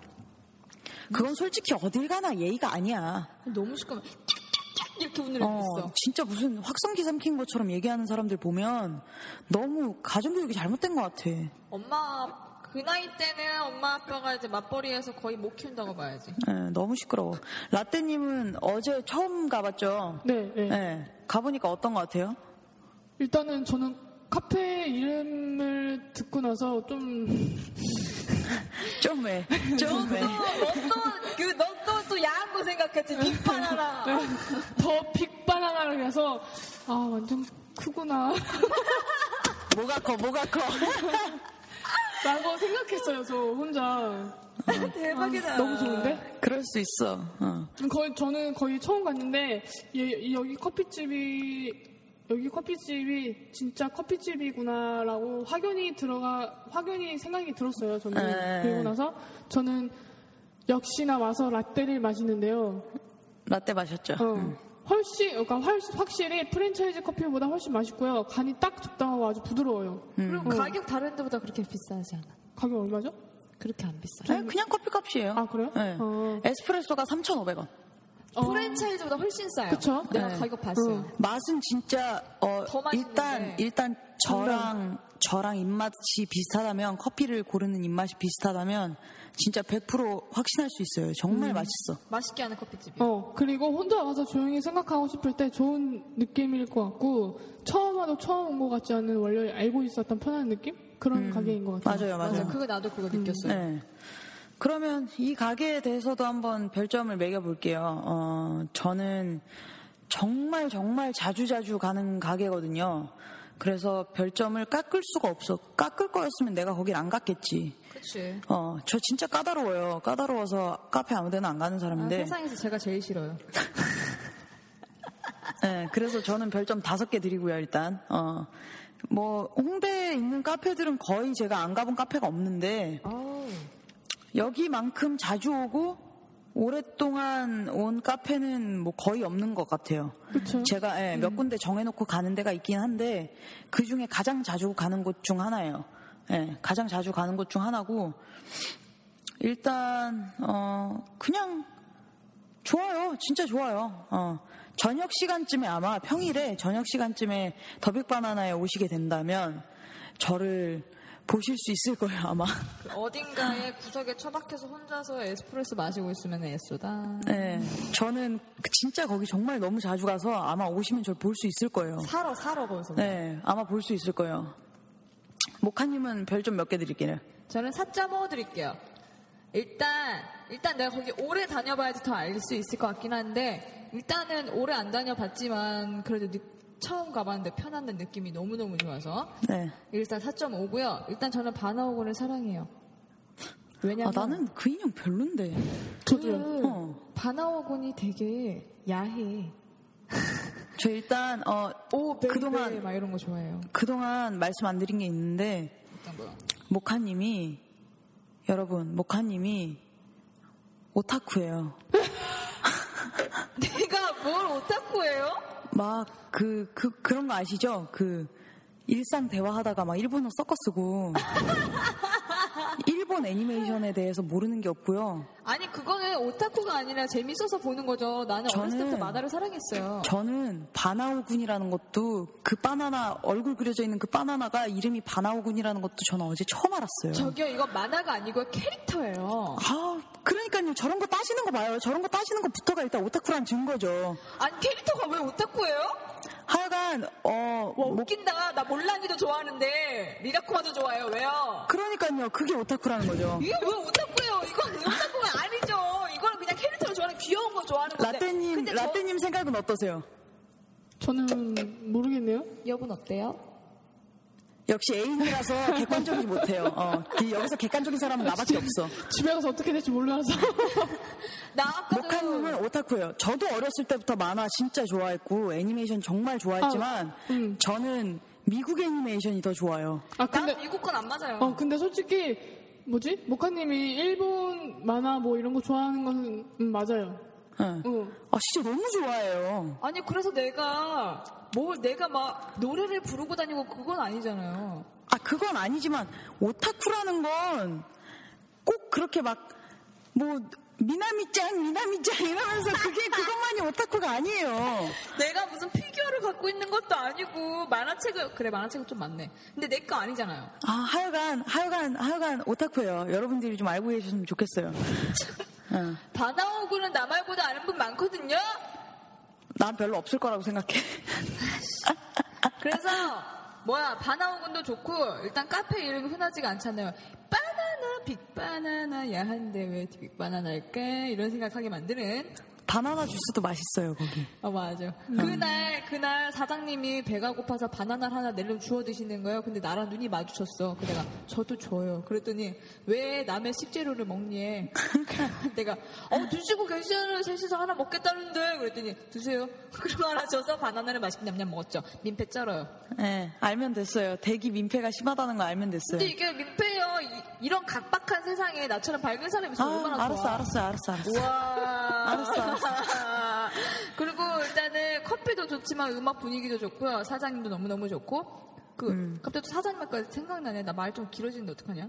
그건 솔직히 어딜 가나 예의가 아니야. 너무 시끄러워. 깍깍깍 이렇게 웃는 애들 어, 있어. 진짜 무슨 확성기 삼킨 것처럼 얘기하는 사람들 보면 너무 가정교육이 잘못된 것 같아. 예, 엄마 그 나이 때는 엄마 아빠가 이제 맞벌이에서 거의 못 키운다고 봐야지. 예, 너무 시끄러워. 라떼님은 어제 처음 가봤죠? 네, 네. 예, 가보니까 어떤 것 같아요? 일단은 저는 카페 이름을 듣고 나서 좀 좀 왜? [LAUGHS] 좀 왜? 너또그너또또 야한 거 [LAUGHS] 생각했지. 빅파나라. [LAUGHS] 더 빅바나나를 해서 아 완전 크구나 [LAUGHS] 뭐가 커, 뭐가 커. 라고 생각했어요 저 혼자 네. [LAUGHS] 아, 대박이다. 너무 [LAUGHS] 좋은데? 그럴 수 있어. 어. 음, 거의 저는 거의 처음 갔는데 예, 여기 커피집이 여기 커피집이 진짜 커피집이구나라고 확연히 들어가 확연히 생각이 들었어요 저는 네. 그리고 나서 저는 역시나 와서 라떼를 마시는데요 라떼 마셨죠? 음. 어, 음. 훨씬 그러니까 훨씬- 확실히 프랜차이즈 커피보다 훨씬 맛있고요 간이 딱 적당하고 아주 부드러워요 음. 그리고 가격 다른 데보다 그렇게 비싸지 않아. 가격 얼마죠? 그렇게 안 비싸. 예, 그냥 커피값이에요. 아, 그래요? 예. 어. 에스프레소가 3,500원. 어, 프랜차이즈보다 훨씬 싸요. 그쵸? 내가 네. 가격 봤어요. 맛은 진짜 어, 더 맛있는데. 일단 일단 저랑 저랑 입맛이 비슷하다면 커피를 고르는 입맛이 비슷하다면 진짜 100% 확신할 수 있어요. 음. 정말 맛있어. 맛있게 하는 커피집이요. 어, 그리고 혼자 와서 조용히 생각하고 싶을 때 좋은 느낌일 것 같고, 처음 와도 처음 온 것 같지 않은 원래 알고 있었던 편한 느낌? 그런 가게인 것 같아요. 맞아요, 맞아요. 맞아. 그거 나도 그거 느꼈어요. 네. 그러면 이 가게에 대해서도 한번 별점을 매겨볼게요. 어, 저는 정말 정말 자주 자주 가는 가게거든요. 그래서 별점을 깎을 수가 없어. 깎을 거였으면 내가 거길 안 갔겠지. 그렇지. 어, 저 진짜 까다로워요. 까다로워서 카페 아무 데나 안 가는 아, 사람인데. 세상에서 제가 제일 싫어요. 네, 그래서 저는 별점 다섯 개 드리고요, 일단. 어, 뭐, 홍대에 있는 카페들은 거의 제가 안 가본 카페가 없는데, 여기만큼 자주 오고, 오랫동안 온 카페는 뭐 거의 없는 것 같아요. 그쵸. 제가 예, 몇 군데 정해놓고 가는 데가 있긴 한데, 그 중에 가장 자주 가는 곳 중 하나예요. 예, 가장 자주 가는 곳 중 하나고, 일단 어 그냥 좋아요. 진짜 좋아요. 어. 저녁 시간쯤에 아마 평일에 저녁 시간쯤에 더빅 바나나에 오시게 된다면 저를 보실 수 있을 거예요, 아마. 그 [LAUGHS] 어딘가에 구석에 처박혀서 혼자서 에스프레소 마시고 있으면 애쏘다. 네. 저는 진짜 거기 정말 너무 자주 가서 아마 오시면 저를 볼 수 있을 거예요. 사러 사러 거기서. 네. 아마 볼 수 있을 거예요. 목하님은 별 좀 몇 개 드릴게요. 저는 사짜 먹어드릴게요. 일단 일단 내가 거기 오래 다녀봐야지 더 알 수 있을 것 같긴 한데 일단은 오래 안 다녀봤지만 그래도 느- 처음 가봤는데 편안한 느낌이 너무너무 좋아서 네. 일단 4.5고요. 일단 저는 바나오고를 사랑해요. 아, 왜냐면 나는 그 인형 별론데. 저도요. 그 어. 바나오곤이 되게 야해. 저 일단 어 오, 베이베 그동안- 막 이런 거 좋아해요. 그동안 말씀 안 드린 게 있는데 어떤 거요? 모카님이 여러분 모카님이 오타쿠예요. [LAUGHS] 내가 뭘 오타쿠예요? 막 그 그 그, 런거 아시죠? 그 일상 대화하다가 막 일본어 섞어 [LAUGHS] 쓰고 일본 애니메이션에 대해서 모르는 게 없고요. 아니 그거는 오타쿠가 아니라 재밌어서 보는 거죠. 나는 저는- 어렸을 때부터 마다를 사랑했어요. 저는 바나오군이라는 것도 그 바나나 얼굴 그려져 있는 그 바나나가 이름이 바나오군이라는 것도 저는 어제 처음 알았어요. 저기요 이거 만화가 아니고 캐릭터예요. 아, 그러니까요. 저런 거 따지는 거 봐요. 저런 거 따지는 것부터가 일단 오타쿠란 증거죠. 아니 캐릭터가 왜 오타쿠예요? 하여간, 어, 와 뭐, 웃긴다. 나 몰랑이도 좋아하는데 리라코마도 좋아해요. 왜요? 뭐, 그러니까요. 그게 오타쿠라는 거죠. 이게 왜 오타쿠예요? 이건 오타쿠가 아니죠. 이거는 그냥 캐릭터를 좋아하는 귀여운 거 좋아하는 건데. 라떼님, 근데 저- 라떼님 생각은 어떠세요? 저는 모르겠네요. 여분 어때요? 역시 [LAUGHS] 애인이라서 객관적이지 못해요. 어, 이- 여기서 객관적인 사람은 나밖에 없어. 집에 가서 어떻게 될지 몰라서. 나 아까도 모카님은 오타쿠예요. 저도 어렸을 때부터 만화 진짜 좋아했고 애니메이션 정말 좋아했지만 음. 저는 미국 애니메이션이 더 좋아요. 아 난 근데 미국 건 안 맞아요. 어 근데 솔직히 뭐지 모카님이 일본 만화 뭐 이런 거 좋아하는 건 음, 맞아요. 어. 응. 응. 아 진짜 너무 좋아해요. 아니 그래서 내가 뭘 내가 막 노래를 부르고 다니고 그건 아니잖아요. 아 그건 아니지만 오타쿠라는 건 꼭 그렇게 막 뭐 미나미짱 미나미짱 이러면서 그게 그것만이 오타쿠가 아니에요. 내가 무슨 피규어를 갖고 있는 것도 아니고 만화책을 그래 만화책은 좀 많네. 근데 내 거 아니잖아요. 아 하여간 하여간 하여간 오타쿠예요. 여러분들이 좀 알고 계셨으면 좋겠어요. 응. 바다오구는 나 말고도 아는 분 많거든요. 난 별로 없을 거라고 생각해. 그래서 뭐야 바나오군도 좋고 일단 카페 이름이 흔하지가 않잖아요. 바나나 빅바나나 야한데 왜 빅바나나일까 이런 생각하게 만드는 바나나 주스도 맛있어요 거기. 어, 맞아. 그날, 그날 사장님이 배가 고파서 바나나를 하나 내려 주워 드시는 거예요. 근데 나랑 눈이 마주쳤어. 그래서 내가, 저도 줘요. 그랬더니, 왜 남의 식재료를 먹니? [LAUGHS] 그래서 내가, 어, 드시고 계시잖아요. 셋이서 하나 먹겠다는데. 그랬더니, 드세요. [LAUGHS] 그러고 하나 줘서 바나나를 맛있게 냠냠 먹었죠. 민폐 쩔어요. 네, 알면 됐어요. 대기 민폐가 심하다는 거 알면 됐어요. 근데 이게 민폐예요. 이, 런 각박한 세상에 나처럼 밝은 사람이 있으면 아, 얼마나 알았어, 좋아. 알았어, 알았어, 알았어. 우와. 알았어, [LAUGHS] 그리고 일단은 커피도 좋지만 음악 분위기도 좋고요. 사장님도 너무너무 좋고. 그, 음. 갑자기 또 사장님까지 생각나네. 나 말 좀 길어지는데 어떡하냐?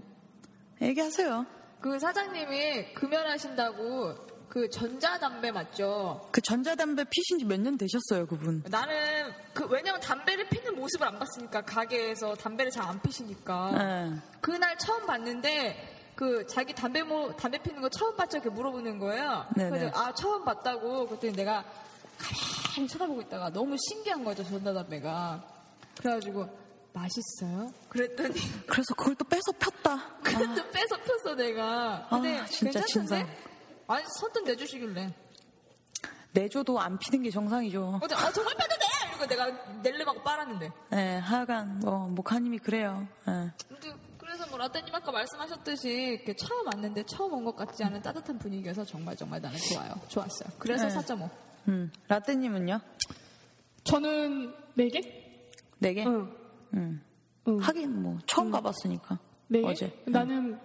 얘기하세요. 그 사장님이 금연하신다고 그 전자담배 맞죠? 그 전자담배 피신 지 몇 년 되셨어요, 그분. 나는 그, 왜냐면 담배를 피는 모습을 안 봤으니까. 가게에서 담배를 잘 안 피시니까. 네. 그날 처음 봤는데 그 자기 담배 모 담배 피는 거 처음 봤죠? 이렇게 물어보는 거예요. 네네. 그래서 아 처음 봤다고 그랬더니 내가 가만히 쳐다보고 있다가 너무 신기한 거죠 전자 담배가. 그래가지고 맛있어요? 그랬더니 [LAUGHS] 그래서 그걸 또 뺏어 폈다. 그것도 뺏어 폈어 내가. 근데 아, 진짜 괜찮던데? 진상. 아니 선뜻 내주시길래. 내줘도 안 피는 게 정상이죠. 어제 아 정말 빼도 돼! 이러고 내가 낼름하고 빨았는데. 네, 하여간 뭐 목하님이 그래요. 네. 근데 그래서 뭐 라떼님 아까 말씀하셨듯이 이렇게 처음 왔는데 처음 온 것 같지 않은 따뜻한 분위기여서 정말 정말 나는 좋아요. 좋았어요. 그래서 네. 4.5. 음, 라떼님은요? 저는 네 개? 어. 네 개? 어. 응. 음. 응. 하긴 뭐 처음 가봤으니까. 네 개? 어제. 네. 나는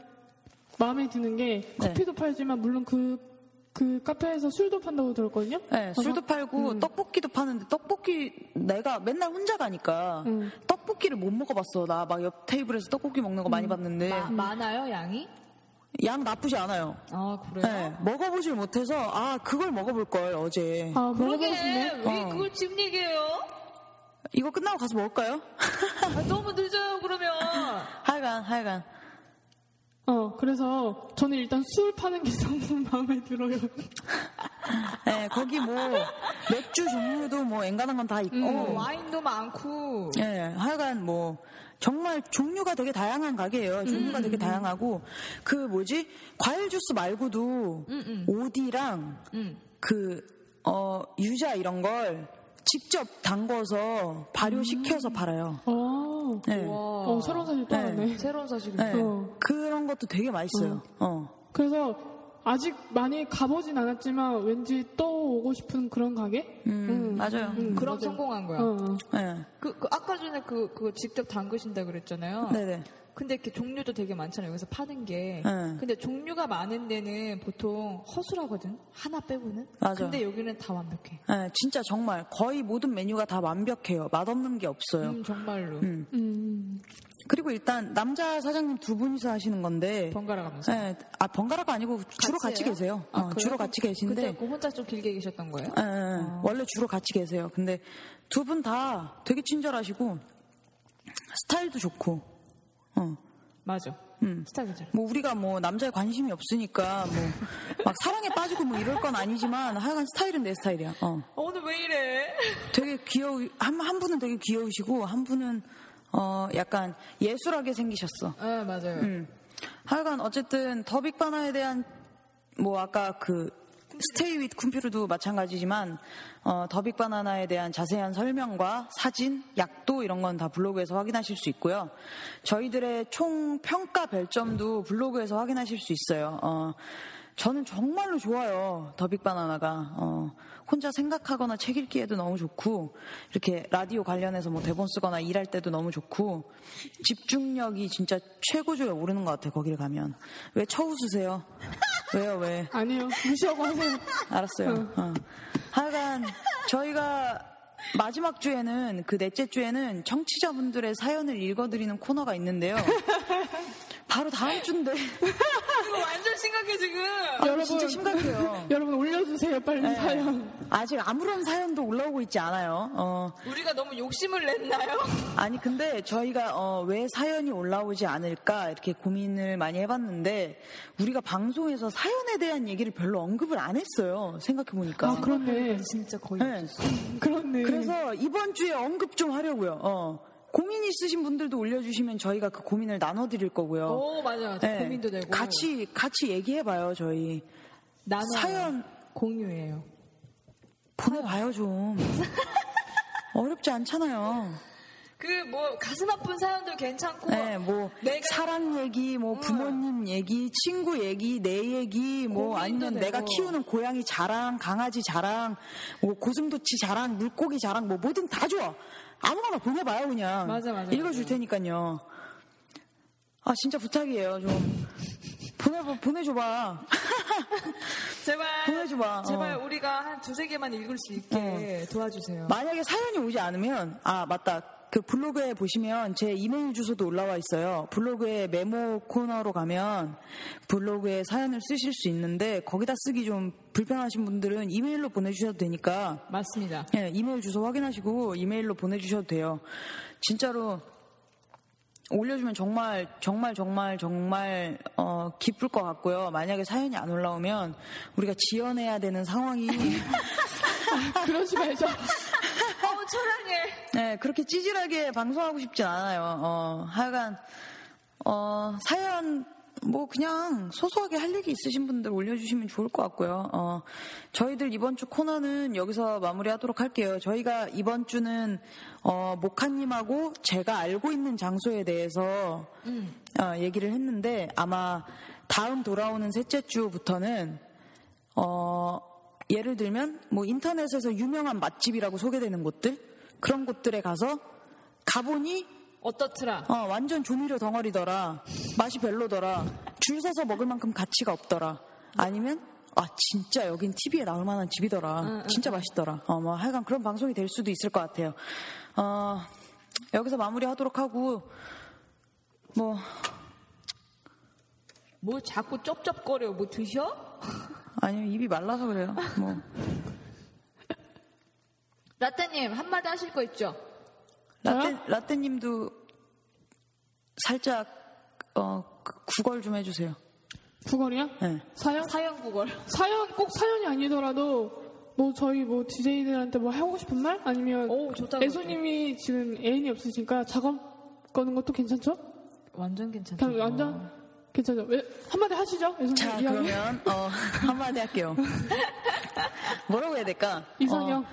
마음에 드는 게 커피도 팔지만 물론 그, 그 카페에서 술도 판다고 들었거든요. 어. 네, 술도 팔고 떡볶이도 파는데 떡볶이 내가 맨날 혼자 가니까 음. 음. 네. 떡볶이를 못 먹어봤어. 나 막 옆 테이블에서 떡볶이 먹는 거 많이 봤는데 많아요 양이? 양 나쁘지 않아요. 아 그래요? 네, 먹어보질 못해서 아 그걸 먹어볼 걸 어제. 아, 먹어보고 그러게 싶네. 왜 어. 그걸 지금 얘기해요? 이거 끝나고 가서 먹을까요? 아, 너무 늦어요 그러면. [LAUGHS] 하여간 하여간 어, 그래서 저는 일단 술 파는 게 [LAUGHS] 너무 마음에 들어요. 네, 거기 뭐 맥주 종류도 뭐 앵간한 건 다 있고. 어, 와인도 많고. 예, 하여간 뭐 정말 종류가 되게 다양한 가게예요. 종류가 되게 다양하고 그 뭐지 과일 주스 말고도 음, 오디랑 그 어 유자 이런 걸 직접 담궈서 음. 발효시켜서 팔아요. 어, 예. 어 새로운 사실 또 네. 하네. 새로운 음, 사실이. 예, 어. 그런 것도 되게 맛있어요. 어. 그래서 아직 많이 가보진 않았지만 왠지 또 오고 싶은 그런 가게? 음, 맞아요. 그럼 성공한 거야. 어, 어. 예. 그, 그 아까 전에 그 그거 직접 담그신다 그랬잖아요. 네네. 근데 이렇게 종류도 되게 많잖아요. 여기서 파는 게. 네. 근데 종류가 많은 데는 보통 허술하거든. 하나 빼고는. 맞아요. 근데 여기는 다 완벽해. 예, 진짜 정말 거의 모든 메뉴가 다 완벽해요. 맛없는 게 없어요. 음, 정말로. 음, 그리고 일단 남자 사장님 두 분이서 하시는 건데 번갈아 가면서. 네, 아 번갈아가 아니고 주로 같이, 해요? 계세요. 아, 어, 그래요? 주로 같이 계신데 그때 그 혼자 좀 길게 계셨던 거예요? 예, 예, 원래 주로 같이 계세요. 근데 두 분 다 되게 친절하시고 스타일도 좋고 어. 맞아. 스타일이죠. 뭐 우리가 뭐 남자에 관심이 없으니까 뭐 막 사랑에 빠지고 뭐 이럴 건 아니지만 하여간 스타일은 내 스타일이야. 어. 어, 오늘 왜 이래? 되게 귀여우 한, 한 분은 되게 귀여우시고 한 분은 어 약간 예술하게 생기셨어. 네, 맞아요. 음. 하여간 어쨌든 더 빅바나에 대한 뭐 아까 그 스테이 윗 쿰퓨르도 마찬가지지만 어, 더 빅바나나에 대한 자세한 설명과 사진, 약도 이런 건 다 블로그에서 확인하실 수 있고요. 저희들의 총 평가 별점도 블로그에서 확인하실 수 있어요. 어, 저는 정말로 좋아요. 더 빅바나나가 어, 혼자 생각하거나 책 읽기에도 너무 좋고 이렇게 라디오 관련해서 뭐 대본 쓰거나 일할 때도 너무 좋고 집중력이 진짜 최고조에 오르는 것 같아요. 거기를 가면 왜 쳐웃으세요? 왜요 왜? 아니요. [LAUGHS] 무시하고 하세요. 알았어요. 어. 하여간 저희가 마지막 주에는 그 넷째 주에는 청취자분들의 사연을 읽어드리는 코너가 있는데요. 바로 다음 주인데 이거 어, 완전 심각해, 지금. 여러분 아, 진짜 심각해요. [LAUGHS] 여러분 올려주세요, 빨리 네. 사연. 아직 아무런 사연도 올라오고 있지 않아요. 어, 우리가 너무 욕심을 냈나요? 아니 근데 저희가 어, 왜 사연이 올라오지 않을까 이렇게 고민을 많이 해봤는데 우리가 방송에서 사연에 대한 얘기를 별로 언급을 안 했어요. 생각해 보니까. 아, 그렇네. 진짜 거의. 그렇네. 그래서 이번 주에 언급 좀 하려고요. 어. 고민 있으신 분들도 올려주시면 저희가 그 고민을 나눠드릴 거고요. 오, 맞아, 맞아. 네. 어, 고민도 되고. 같이 같이 얘기해봐요 저희. 나눠. 사연 공유예요. 보내봐요 [LAUGHS] 좀. 어렵지 않잖아요. 그 뭐 가슴 아픈 사연도 괜찮고 네, 뭐 내가- 사랑 얘기, 뭐 부모님 얘기, 친구 얘기, 내 얘기, 뭐 고민도 아니면 되고. 내가 키우는 고양이 자랑, 강아지 자랑, 뭐 고슴도치 자랑, 물고기 자랑, 뭐 뭐든 다 줘. 아무거나 보내봐요 그냥. 맞아, 맞아, 읽어줄 맞아. 테니까요. 아 진짜 부탁이에요 좀. 보내 보내줘봐. 제발 보내줘봐. 제발 어. 우리가 한 두세 개만 읽을 수 있게 도와주세요. 만약에 사연이 오지 않으면 아 맞다 그 블로그에 보시면 제 이메일 주소도 올라와 있어요 블로그에 메모 코너로 가면 블로그에 사연을 쓰실 수 있는데 거기다 쓰기 좀 불편하신 분들은 이메일로 보내주셔도 되니까 맞습니다. 예, 이메일 주소 확인하시고 이메일로 보내주셔도 돼요. 진짜로 올려주면 정말 정말 정말 정말 어, 기쁠 것 같고요. 만약에 사연이 안 올라오면 우리가 지연해야 되는 상황이 그러지 [LAUGHS] 말자. 어우 초라해. 네, 그렇게 찌질하게 방송하고 싶진 않아요. 어, 하여간, 어, 사연, 뭐, 그냥 소소하게 할 얘기 있으신 분들 올려주시면 좋을 것 같고요. 어, 저희들 이번 주 코너는 여기서 마무리 하도록 할게요. 저희가 이번 주는, 어, 모카님하고 제가 알고 있는 장소에 대해서, 어, 얘기를 했는데 아마 다음 돌아오는 셋째 주부터는, 어, 예를 들면 뭐 인터넷에서 유명한 맛집이라고 소개되는 곳들 그런 곳들에 가서 가보니 어떻더라? 어, 완전 조미료 덩어리더라 맛이 별로더라 줄 서서 먹을 만큼 가치가 없더라 아니면 아 진짜 여긴 TV에 나올 만한 집이더라 진짜 맛있더라 어, 뭐 하여간 그런 방송이 될 수도 있을 것 같아요 어, 여기서 마무리하도록 하고 뭐 뭐 자꾸 쩝쩝거려 뭐 드셔? 아니요 입이 말라서 그래요. 뭐 라떼님 한마디 하실 거 있죠? 라떼 라떼님도 살짝 어, 구걸 좀 해주세요. 구걸이요? 네. 사연? 사연 구걸 사연 꼭 사연이 아니더라도 뭐 저희 뭐 DJ들한테 뭐 하고 싶은 말 아니면 오, 좋다, 애소님이 지금 애인이 없으니까 작업 거는 것도 괜찮죠? 완전 괜찮다 그냥 완전 괜찮죠? 왜 한마디 하시죠? 애소님 자 이야기 그러면 어, [LAUGHS] 한마디 할게요. [LAUGHS] 뭐라고 해야 될까? [LAUGHS] 이선영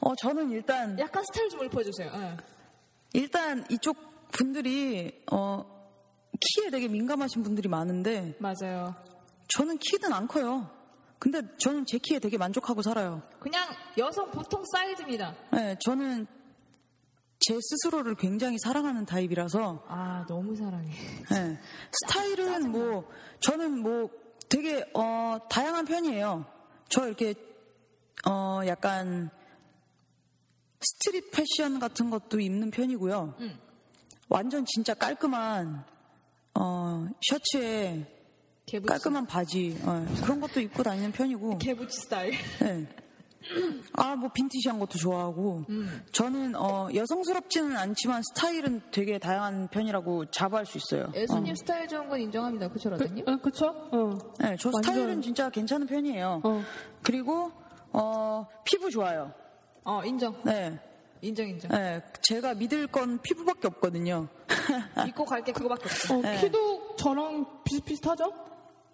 어, 어, 저는 일단 약간 스타일 좀 읊어주세요 예. 일단 이쪽 분들이 어, 키에 되게 민감하신 분들이 많은데 맞아요 저는 키는 안 커요. 근데 저는 제 키에 되게 만족하고 살아요. 그냥 여성 보통 사이즈입니다 네, 저는 제 스스로를 굉장히 사랑하는 타입이라서 아 너무 사랑해 네. 스타일은 뭐 저는 뭐 되게 어, 다양한 편이에요. 저 이렇게 어, 약간 스트릿 패션 같은 것도 입는 편이고요. 완전 진짜 깔끔한 어, 셔츠에 개부치 깔끔한 바지 어, 그런 것도 입고 다니는 편이고. 개부치 스타일 네. 아, 뭐 빈티지한 것도 좋아하고 저는 어, 여성스럽지는 않지만 스타일은 되게 다양한 편이라고 자부할 수 있어요. 예수님 스타일 좋은 건 인정합니다 그쵸 라떼님? 그, 어, 그쵸? 어. 네, 저 완전- 스타일은 진짜 괜찮은 편이에요. 어. 그리고 어, 피부 좋아요. 어 인정 네, 인정 인정 네, 제가 믿을 건 피부밖에 없거든요. 아. 믿고 갈게 그거밖에 없어 어, 네. 키도 저랑 비슷비슷하죠?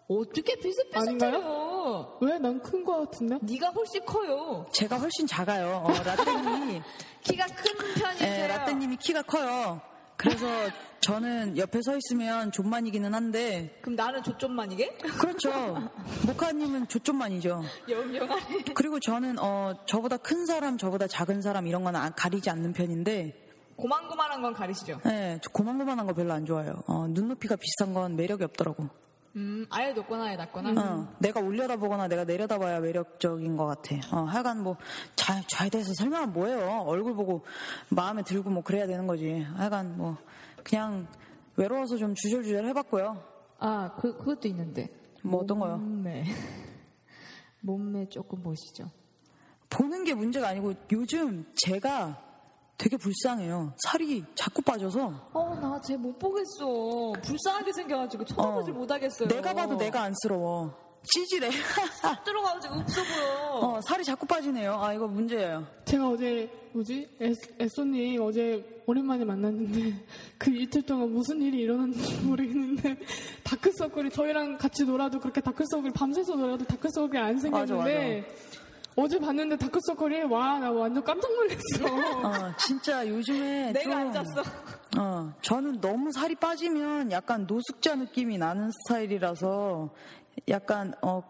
어떻게 비슷비슷해요 왜 난 큰 거 같은데? 네가 훨씬 커요 제가 훨씬 작아요. 어, [LAUGHS] 라떼님이 키가 큰 네, 편이세요 라떼님이 키가 커요. 그래서 저는 옆에 서 있으면 존만이기는 한데 그럼 나는 조좀만 이게? 그렇죠. 모카님은 조좀만이죠. [LAUGHS] 영영하네 그리고 저는 어, 저보다 큰 사람, 저보다 작은 사람 이런 건 아- 가리지 않는 편인데 고만고만한 건 가리시죠 네, 저 고만고만한 거 별로 안 좋아해요. 어, 눈높이가 비슷한 건 매력이 없더라고. 음 아예 높거나 아예 낮거나 어, 내가 올려다보거나 내가 내려다봐야 매력적인 것 같아. 어, 하여간 뭐, 잘, 잘 돼서 설명은 뭐예요? 얼굴 보고 마음에 들고 뭐 그래야 되는 거지. 하여간 뭐, 그냥 외로워서 좀 주절주절 해봤고요. 아, 그, 그것도 있는데. 뭐 어떤 거요? 몸매. [LAUGHS] 몸매 조금 보시죠. 보는 게 문제가 아니고 요즘 제가 되게 불쌍해요. 살이 자꾸 빠져서 어, 나 쟤 못 보겠어. 불쌍하게 생겨가지고 쳐다보질 어. 못하겠어요. 내가 봐도 내가 안쓰러워. 찌질해. 들어가가지고 없어 보여. [LAUGHS] 어, 살이 자꾸 빠지네요. 아, 이거 문제예요. 제가 어제 뭐지 에스- 에쏘님 어제 오랜만에 만났는데 [LAUGHS] 그 이틀 동안 무슨 일이 일어났는지 [LAUGHS] 모르겠는데 다크서클이 저희랑 같이 놀아도 그렇게 다크서클 밤새서 놀아도 다크서클이 안 생겼는데 어제 봤는데 다크서클이 와 나 완전 깜짝 놀랐어. 어, 진짜 요즘에 [LAUGHS] 내가 좀- 안 잤어. 어, 저는 너무 살이 빠지면 약간 노숙자 느낌이 나는 스타일이라서 약간 어,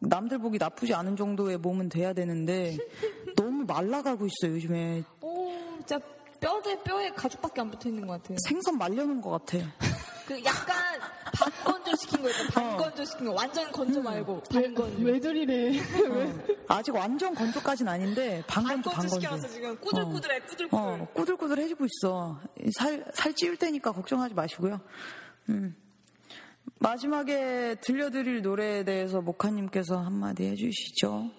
남들 보기 나쁘지 않은 정도의 몸은 돼야 되는데 [LAUGHS] 너무 말라가고 있어요 요즘에 오, 진짜 뼈대 뼈에 가죽밖에 안 붙어 있는 것 같아. 생선 말려놓은 것 같아. 그 약간 반건조 시킨 거 있잖아. 반건조 시킨 거. 완전 건조 말고 반건조. 왜 저리래? 왜? 어. 아직 완전 건조까지는 아닌데 반건조 반건조 시켜놨어 반건조. 지금. 꾸들꾸들해. 꾸들꾸들. 어, 꾸들꾸들해지고 있어. 살, 살 찌울 테니까 걱정하지 마시고요. 음. 마지막에 들려드릴 노래에 대해서 모카님께서 한마디 해주시죠.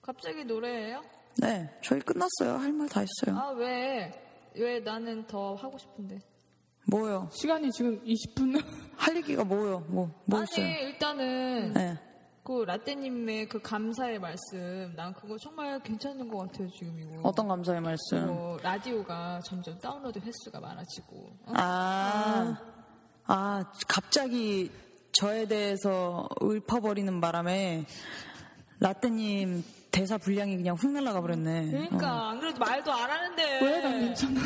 갑자기 노래예요? 네, 저희 끝났어요. 할 말 다 했어요. 아, 왜? 왜 나는 더 하고 싶은데? 뭐요? 시간이 지금 20분. 할 얘기가 뭐요? 뭐, 뭐 있어요? 아니, 일단은 네. 그 라떼님의 그 감사의 말씀, 난 그거 정말 괜찮은 것 같아요 지금 이거. 어떤 감사의 말씀? 뭐, 라디오가 점점 다운로드 횟수가 많아지고. 어? 아, 아, 갑자기 저에 대해서 읊어버리는 바람에 라떼님 대사 분량이 그냥 훅 날아가 버렸네. 그러니까 안 그래도 말도 안 하는데. 왜 네, 난 괜찮아요?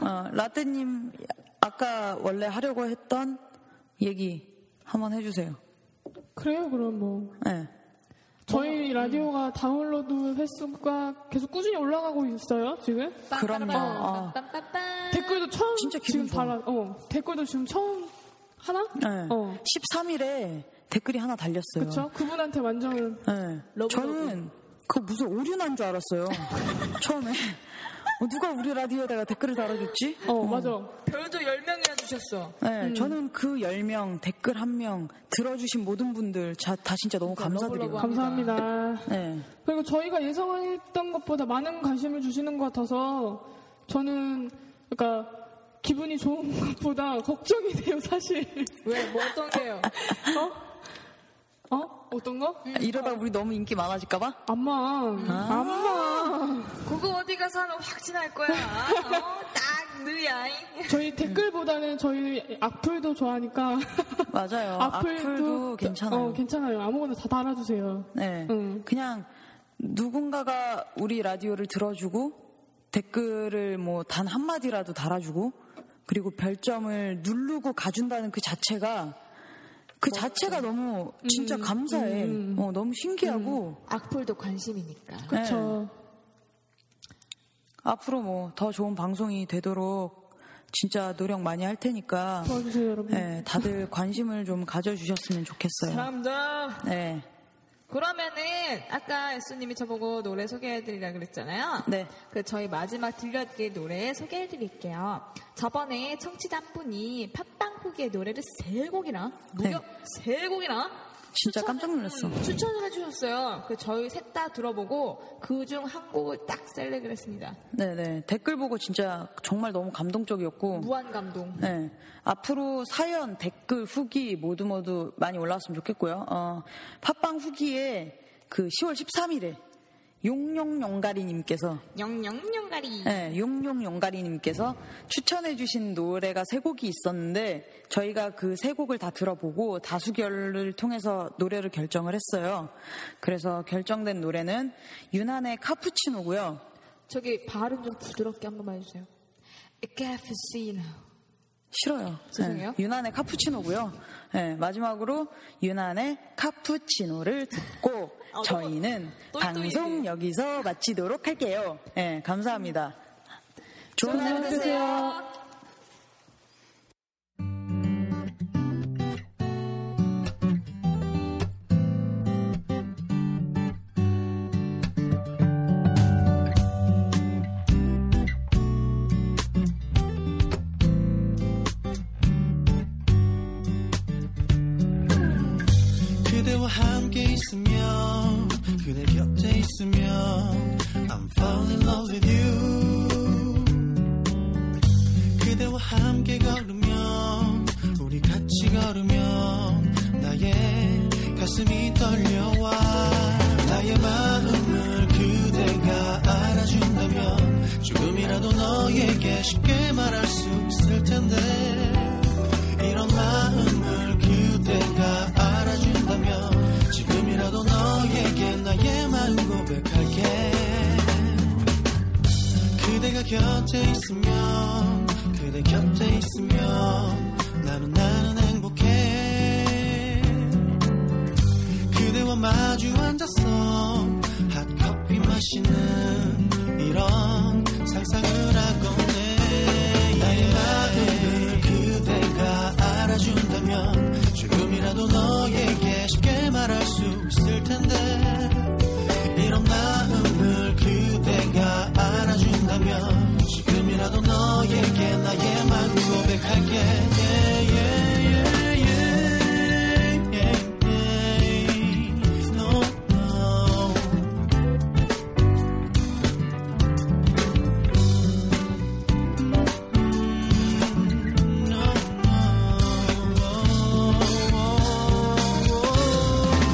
어, 어, 라떼님, 아까 원래 하려고 했던 얘기 한번 해주세요. 그래요 그럼 뭐 네. 저희 라디오가 다운로드 횟수가 계속 꾸준히 올라가고 있어요 지금. 그럼요. 아. 빰빰빰빰. 댓글도 처음 진짜 기분 지금 좋아. 달아. 어 댓글도 지금 처음 하나? 네. 어. 13일에 댓글이 하나 달렸어요. 그쵸? 그분한테 완전 네. [LAUGHS] 러브, 저는 그 무슨 오류난 줄 알았어요. 처음에. 어, 누가 우리 라디오에다가 댓글을 달아줬지? 어, 맞아. 별도 10명이나 주셨어. 네, 저는 그 10명, 댓글 1명, 들어주신 모든 분들 자- 다 진짜 너무 감사드려요. 감사합니다. 네. 그리고 저희가 예상했던 것보다 많은 관심을 주시는 것 같아서 저는 그러니까 기분이 좋은 [LAUGHS] 것보다 걱정이 돼요 사실. 왜, 뭐 어떤 게요? 어? 어떤 거? 이러다 우리 너무 인기 많아질까봐? 암만. 암만. 그거 어디 가서 하면 확진할 거야. 어, 딱 느야. 저희 댓글보다는 저희 악플도 좋아하니까. [LAUGHS] 맞아요. [LAUGHS] 어, 악플도, 괜찮아요. 어, 괜찮아요. 아무거나 다 달아주세요. 네. 음. 그냥 누군가가 우리 라디오를 들어주고 댓글을 뭐 단 한마디라도 달아주고 그리고 별점을 누르고 가준다는 그 자체가 그 자체가 너무 음. 진짜 감사해. 어, 너무 신기하고 악플도 관심이니까. 네. 그렇죠. 앞으로 뭐 더 좋은 방송이 되도록 진짜 노력 많이 할 테니까 도와주세요 여러분. 네, 다들 관심을 좀 가져주셨으면 좋겠어요. 감사합니다. 네. 그러면은 아까 예수님이 저보고 노래 소개해드리라 그랬잖아요. 네. 그 저희 마지막 들려드릴 노래 소개해드릴게요. 저번에 청취자 한 분이 팟빵 후기에 노래를 세 곡이나 무려 세 곡이나 진짜 깜짝 놀랐어. 음, 추천을 해주셨어요. 그 저희 셋 다 들어보고 그 중 한 곡을 딱 셀렉을 했습니다. 네네. 댓글 보고 진짜 정말 너무 감동적이었고. 무한 감동. 네. 앞으로 사연, 댓글, 후기 모두 모두 많이 올라왔으면 좋겠고요. 어, 팟빵 후기에 그 10월 13일에 용용용가리님께서 영영영가리. 네, 용용용가리님께서 추천해주신 노래가 세 곡이 있었는데 저희가 그 세 곡을 다 들어보고 다수결을 통해서 노래를 결정을 했어요. 그래서 결정된 노래는 유난의 카푸치노고요. 저기 발음 좀 부드럽게 한 번만 해주세요. 카푸시노. 싫어요. 죄송해요. 네, 유난의 카푸치노고요. 네, 마지막으로 유난의 카푸치노를 듣고 어, 너무 저희는 또이또이네. 방송 여기서 마치도록 할게요. 네, 감사합니다. 좋은 하루 하루 되세요. 그대와 함께 있으면 그대 곁에 있으면 I'm falling in love with you 그대와 함께 걸으면 우리 같이 걸으면 나의 가슴이 떨려와 나의 마음을 그대가 알아준다면 조금이라도 너에게 쉽게 말할 수 있을 텐데 이런 마음을 그대가 알아준다면 지금이라도 너에게 나의 마음 고백할게 그대가 곁에 있으면 그대 곁에 있으면 나는 나는 행복해 그대와 마주 앉아서 핫커피 마시는 이런 상상을 하곤 해 나의 마음을 그대가 알아준다면 조금이라도 너에게 쉽게 말할 수 있을 텐데 이런 마음을 그대가 알아준다면 지금이라도 너에게 나의 마음 고백할게 yeah, yeah, yeah, yeah, yeah, yeah. No, no.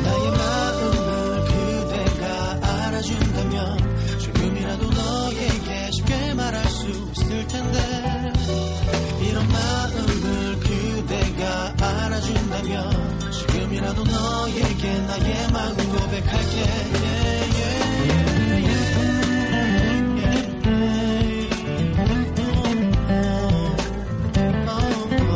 나의 마음을 그대가 알아준다면 조금이라도 너에게 쉽게 말할 수 있을 텐데 이런 마음을 그대가 알아준다면 지금이라도 너에게 나의 마음 고백할게 yeah, yeah, yeah, yeah. Oh, oh, oh.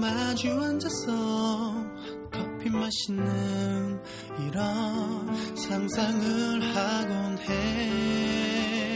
마주 앉아서 커피 마시는 이런 상상을 하곤 해